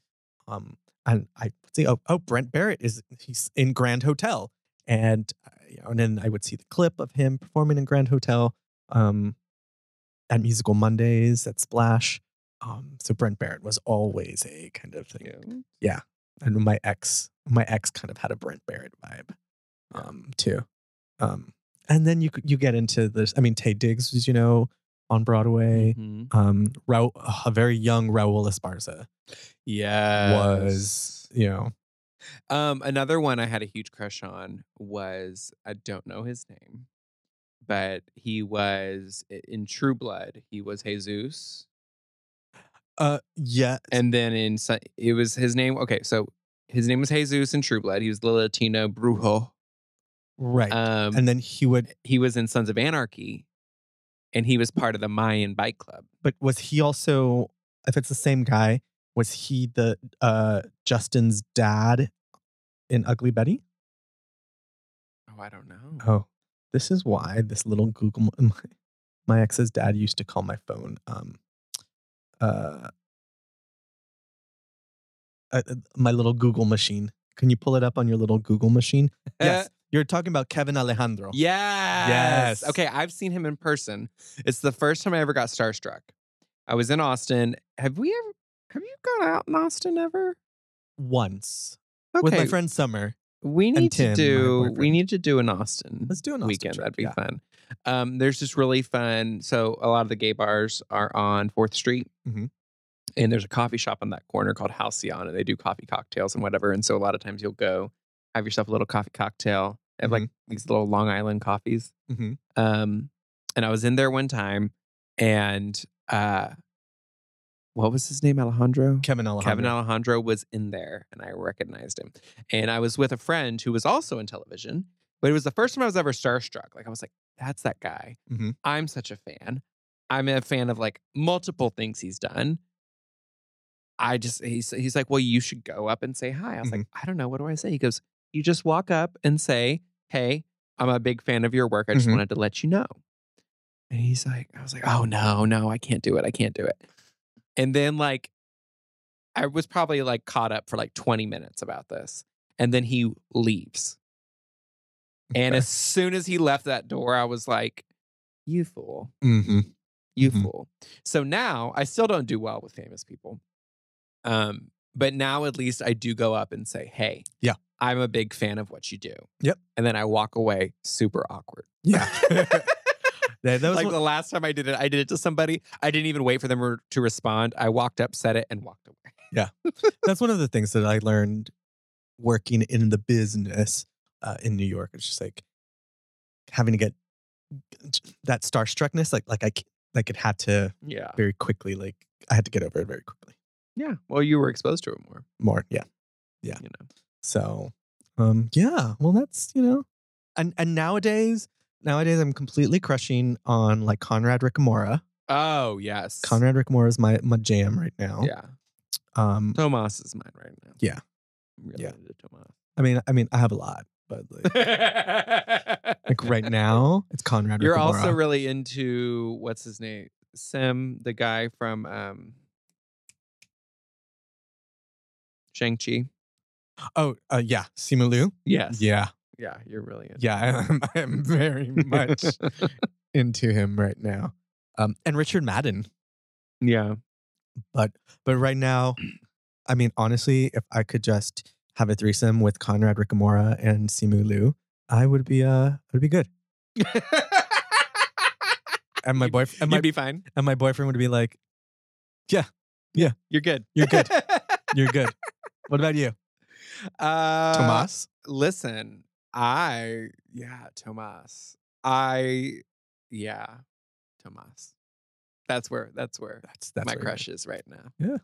[SPEAKER 3] um, and I would say, oh, oh, Brent Barrett is he's in Grand Hotel, and uh, you know, and then I would see the clip of him performing in Grand Hotel um, at Musical Mondays at Splash. Um, so Brent Barrett was always a kind of thing,
[SPEAKER 1] Mhm.
[SPEAKER 3] and my ex, my ex kind of had a Brent Barrett vibe, um, too. Um, and then you c- you get into this. I mean, Tay Diggs was you know on Broadway
[SPEAKER 1] Mhm.
[SPEAKER 3] um Ra- a very young Raul Esparza,
[SPEAKER 1] Yes.
[SPEAKER 3] you know.
[SPEAKER 1] Um, another one I had a huge crush on was I don't know his name, but he was i- in True Blood. He was Jesus,
[SPEAKER 3] Uh yeah.
[SPEAKER 1] and then in Sa- it was his name. Okay, so his name was Jesus in True Blood. He was the Latino Brujo.
[SPEAKER 3] right.
[SPEAKER 1] Um,
[SPEAKER 3] and then he would
[SPEAKER 1] he was in Sons of Anarchy, and he was part of the Mayan Bike Club.
[SPEAKER 3] but was he also if it's the same guy, was he the uh Justin's dad in Ugly Betty?
[SPEAKER 1] Oh, I don't know. [LAUGHS]
[SPEAKER 3] Oh. This is why this little Google [LAUGHS] my, my ex's dad used to call my phone um uh, uh uh, my little Google machine. Can you pull it up on your little Google machine? Yes. Uh, You're talking about Kevin Alejandro.
[SPEAKER 1] Yes.
[SPEAKER 3] Yes.
[SPEAKER 1] Okay, I've seen him in person. It's the first time I ever got starstruck. I was in Austin. Have we ever? Have you gone out in Austin ever?
[SPEAKER 3] Once
[SPEAKER 1] Okay.
[SPEAKER 3] with my friend Summer.
[SPEAKER 1] we need
[SPEAKER 3] Tim, my
[SPEAKER 1] to do. We
[SPEAKER 3] boyfriend.
[SPEAKER 1] need to do an Austin.
[SPEAKER 3] Let's do an Austin
[SPEAKER 1] weekend.
[SPEAKER 3] trip,
[SPEAKER 1] That'd be
[SPEAKER 3] yeah.
[SPEAKER 1] fun. Um, there's just really fun. So a lot of the gay bars are on Fourth Street.
[SPEAKER 3] Mhm.
[SPEAKER 1] And there's a coffee shop on that corner called Halcyon, and they do coffee cocktails and whatever. And so a lot of times you'll go have yourself a little coffee cocktail, They have like
[SPEAKER 3] Mm-hmm.
[SPEAKER 1] these little Long Island coffees.
[SPEAKER 3] Mhm.
[SPEAKER 1] Um, and I was in there one time, and uh, what was his name? Alejandro.
[SPEAKER 3] Kevin Alejandro.
[SPEAKER 1] Kevin Alejandro was in there, and I recognized him. And I was with a friend who was also in television, but it was the first time I was ever starstruck. Like I was like, "That's that guy.
[SPEAKER 3] Mhm.
[SPEAKER 1] I'm such a fan. I'm a fan of like multiple things he's done." I just he's he's like, "Well, you should go up and say hi." I was like, "I don't know. What do I say?" He goes, "You just walk up and say, "Hey, I'm a big fan of your work. I just
[SPEAKER 3] Mhm.
[SPEAKER 1] wanted to let you know." And he's like, I was like, oh no, no, I can't do it. I can't do it. And then like I was probably like caught up for like 20 minutes about this. And then he leaves. And
[SPEAKER 3] Okay.
[SPEAKER 1] as soon as he left that door, I was like, you fool,
[SPEAKER 3] Mhm.
[SPEAKER 1] you
[SPEAKER 3] Mhm.
[SPEAKER 1] fool. So now I still don't do well with famous people. Um, but now at least I do go up and say, hey,
[SPEAKER 3] Yeah.
[SPEAKER 1] I'm a big fan of what you do.
[SPEAKER 3] Yep.
[SPEAKER 1] And then I walk away super awkward. [LAUGHS]
[SPEAKER 3] Yeah. [LAUGHS] that, that was
[SPEAKER 1] like
[SPEAKER 3] one-
[SPEAKER 1] the last time I did it, I did it to somebody. I didn't even wait for them re- to respond. I walked up, said it, and walked away.
[SPEAKER 3] that's one of the things that I learned working in the business uh, in New York. It's just like having to get that starstruckness. Like like I c- like it had to
[SPEAKER 1] Yeah.
[SPEAKER 3] very quickly. Like I had to get over it very quickly.
[SPEAKER 1] Yeah. Well, you were exposed to it more,
[SPEAKER 3] More, yeah.
[SPEAKER 1] you know.
[SPEAKER 3] So, um, yeah. Well, that's you know, and and nowadays nowadays I'm completely crushing on like Conrad Ricamora.
[SPEAKER 1] Oh, yes.
[SPEAKER 3] Conrad Ricamora is my my jam right now.
[SPEAKER 1] Yeah.
[SPEAKER 3] Um,
[SPEAKER 1] Tomas is mine right now.
[SPEAKER 3] Yeah.
[SPEAKER 1] I'm really
[SPEAKER 3] Yeah.
[SPEAKER 1] into Tomas.
[SPEAKER 3] I mean, I mean, I have a lot, but like, [LAUGHS]
[SPEAKER 1] [LAUGHS]
[SPEAKER 3] like right now it's Conrad.
[SPEAKER 1] You're
[SPEAKER 3] Ricamora.
[SPEAKER 1] also really into what's his name? Sim, the guy from um Shang-Chi.
[SPEAKER 3] Oh, uh, yeah, Simu Liu.
[SPEAKER 1] Yes.
[SPEAKER 3] Yeah,
[SPEAKER 1] Yeah, you're really into
[SPEAKER 3] yeah, [LAUGHS] I'm, I'm very much
[SPEAKER 1] [LAUGHS]
[SPEAKER 3] into him right now. Um, and Richard Madden,
[SPEAKER 1] yeah.
[SPEAKER 3] but but right now, I mean, honestly, if I could just have a threesome with Conrad Ricamora and Simu Liu, I would be uh, would be good. And my
[SPEAKER 1] You'd-
[SPEAKER 3] boyfriend, and
[SPEAKER 1] You'd
[SPEAKER 3] my,
[SPEAKER 1] be fine.
[SPEAKER 3] and my boyfriend would be like,
[SPEAKER 1] You're good.
[SPEAKER 3] You're good. "You're good." what about you,
[SPEAKER 1] [LAUGHS] uh,
[SPEAKER 3] Tomas?
[SPEAKER 1] Listen, I yeah, Tomas. I yeah, Tomas. That's where that's where
[SPEAKER 3] That's that's
[SPEAKER 1] my
[SPEAKER 3] very
[SPEAKER 1] crush is right now.
[SPEAKER 3] good.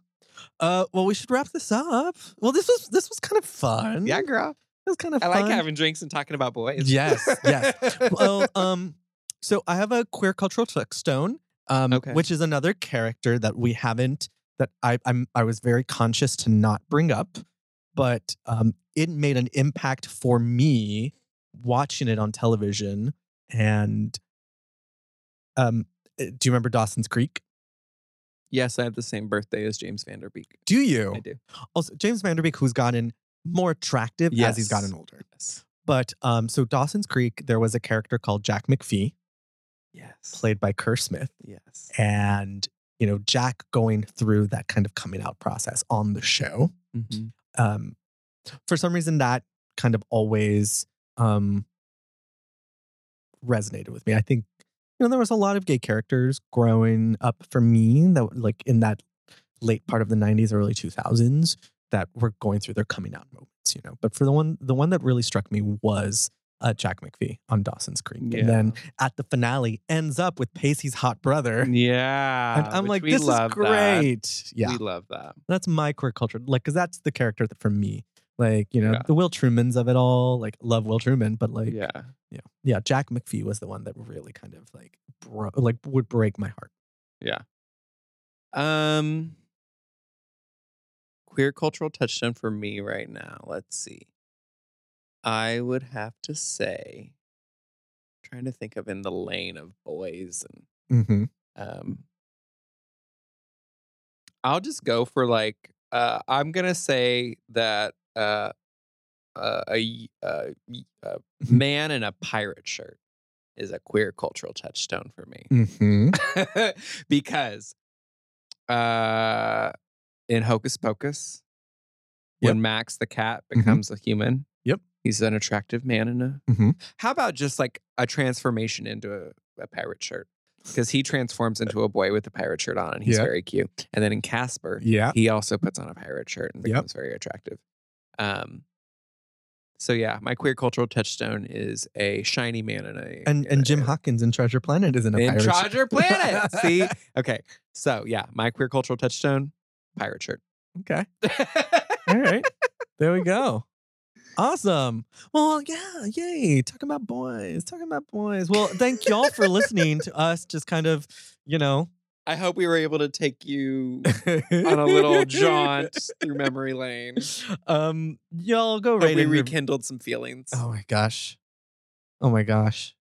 [SPEAKER 3] Uh, well, we should wrap this up. Well, this was this was kind of fun.
[SPEAKER 1] Yeah,
[SPEAKER 3] it
[SPEAKER 1] girl.
[SPEAKER 3] was kind of.
[SPEAKER 1] I like
[SPEAKER 3] fun.
[SPEAKER 1] having drinks and talking about boys.
[SPEAKER 3] Yes,
[SPEAKER 1] [LAUGHS]
[SPEAKER 3] yes. well, um, so I have a queer cultural touchstone, um,
[SPEAKER 1] Okay.
[SPEAKER 3] which is another character that we haven't that I I'm, I was very conscious to not bring up, but um, it made an impact for me watching it on television. And um, uh, do you remember Dawson's Creek?
[SPEAKER 1] [LAUGHS] yes, I have the same birthday as James Vanderbeek.
[SPEAKER 3] Do you
[SPEAKER 1] I do.
[SPEAKER 3] also James Vanderbeek, who's gotten more attractive as he's
[SPEAKER 1] Yes.
[SPEAKER 3] gotten older?
[SPEAKER 1] Yes.
[SPEAKER 3] But um, so Dawson's Creek, there was a character called Jack McPhee,
[SPEAKER 1] Yes.
[SPEAKER 3] played by Kerr Smith.
[SPEAKER 1] Yes.
[SPEAKER 3] and you know jack going through that kind of coming out process on the show
[SPEAKER 1] Mhm.
[SPEAKER 3] um for some reason that kind of always um resonated with me i think you know there was a lot of gay characters growing up for me that were, like in that late part of the 90s early 2000s that were going through their coming out moments you know but for the one the one that really struck me was uh, jack mcphee on dawson's creek and then at the finale ends up with pacey's hot [LAUGHS] brother
[SPEAKER 1] yeah.
[SPEAKER 3] and
[SPEAKER 1] Uh,
[SPEAKER 3] I'm
[SPEAKER 1] which
[SPEAKER 3] like,
[SPEAKER 1] we
[SPEAKER 3] this is
[SPEAKER 1] love that.
[SPEAKER 3] great. Yeah.
[SPEAKER 1] We love that.
[SPEAKER 3] that's my queer culture. Like, cause that's the character that for me, like, you know,
[SPEAKER 1] Yeah.
[SPEAKER 3] the Will Trumans of it all, like, love Will Truman, but like,
[SPEAKER 1] yeah.
[SPEAKER 3] yeah, yeah, Jack McPhee was the one that really kind of like, bro- like would break my heart.
[SPEAKER 1] Um, queer cultural touchstone for me right now. Let's see. I would have to say, trying to think of in the lane of boys and
[SPEAKER 3] Mm-hmm.
[SPEAKER 1] um, I'll just go for like uh, I'm gonna say that uh, uh, a y- uh, y- a man in a pirate shirt is a queer cultural touchstone for me.
[SPEAKER 3] Mm-hmm.
[SPEAKER 1] [LAUGHS] because uh in Hocus Pocus, when Max the cat becomes a human,
[SPEAKER 3] Mm-hmm. Yep.
[SPEAKER 1] he's an attractive man in a.
[SPEAKER 3] Mhm.
[SPEAKER 1] How about just like a transformation into a, a pirate shirt? Because he transforms into a boy with a pirate shirt on, and he's
[SPEAKER 3] Uh, Yeah.
[SPEAKER 1] very cute. And then in Casper,
[SPEAKER 3] Yeah.
[SPEAKER 1] he also puts on a pirate shirt and
[SPEAKER 3] Yep.
[SPEAKER 1] becomes very attractive. Um, So yeah, my queer cultural touchstone is a shiny man in a
[SPEAKER 3] And and Jim Hawkins in Treasure Planet isn't a
[SPEAKER 1] in
[SPEAKER 3] pirate. ship.
[SPEAKER 1] Treasure Planet. See, okay, so yeah, my queer cultural touchstone, pirate
[SPEAKER 3] [LAUGHS]
[SPEAKER 1] shirt.
[SPEAKER 3] [LAUGHS] Okay.
[SPEAKER 1] [LAUGHS]
[SPEAKER 3] All right. There we go. Awesome. Well, yeah, yay. Talking about boys, talking about boys. Well, thank y'all for listening to us just kind of, you know,
[SPEAKER 1] I hope we were able to take you on a little jaunt through memory lane.
[SPEAKER 3] [LAUGHS] Um, y'all go
[SPEAKER 1] Hope
[SPEAKER 3] right
[SPEAKER 1] we
[SPEAKER 3] in.
[SPEAKER 1] rekindled some feelings.
[SPEAKER 3] oh my gosh. Oh my gosh.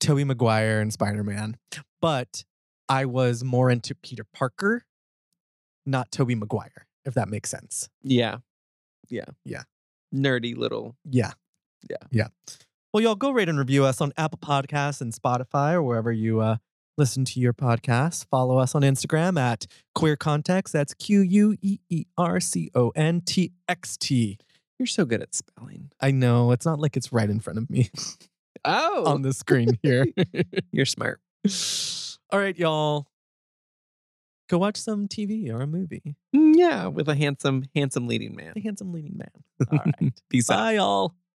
[SPEAKER 3] Toby Maguire and Spider-Man. But I was more into Peter Parker, not Toby Maguire, if that makes sense.
[SPEAKER 1] Yeah. Yeah.
[SPEAKER 3] Yeah.
[SPEAKER 1] Nerdy little.
[SPEAKER 3] Yeah.
[SPEAKER 1] Yeah.
[SPEAKER 3] Yeah. Well, y'all go rate and review us on Apple Podcasts and Spotify or wherever you uh, listen to your podcasts. Follow us on Instagram at Queer Context. That's Q U E E R C O N T X T.
[SPEAKER 1] You're so good at spelling.
[SPEAKER 3] I know it's not like it's right in front of me [LAUGHS]
[SPEAKER 1] Oh.
[SPEAKER 3] on the screen here.
[SPEAKER 1] you're
[SPEAKER 3] [LAUGHS]
[SPEAKER 1] smart.
[SPEAKER 3] All right, y'all. Go watch some TV or a movie.
[SPEAKER 1] Mm, Yeah, with a handsome, handsome leading man. [LAUGHS]
[SPEAKER 3] The handsome leading man. [LAUGHS] All right.
[SPEAKER 1] Peace out.
[SPEAKER 3] Bye, y'all.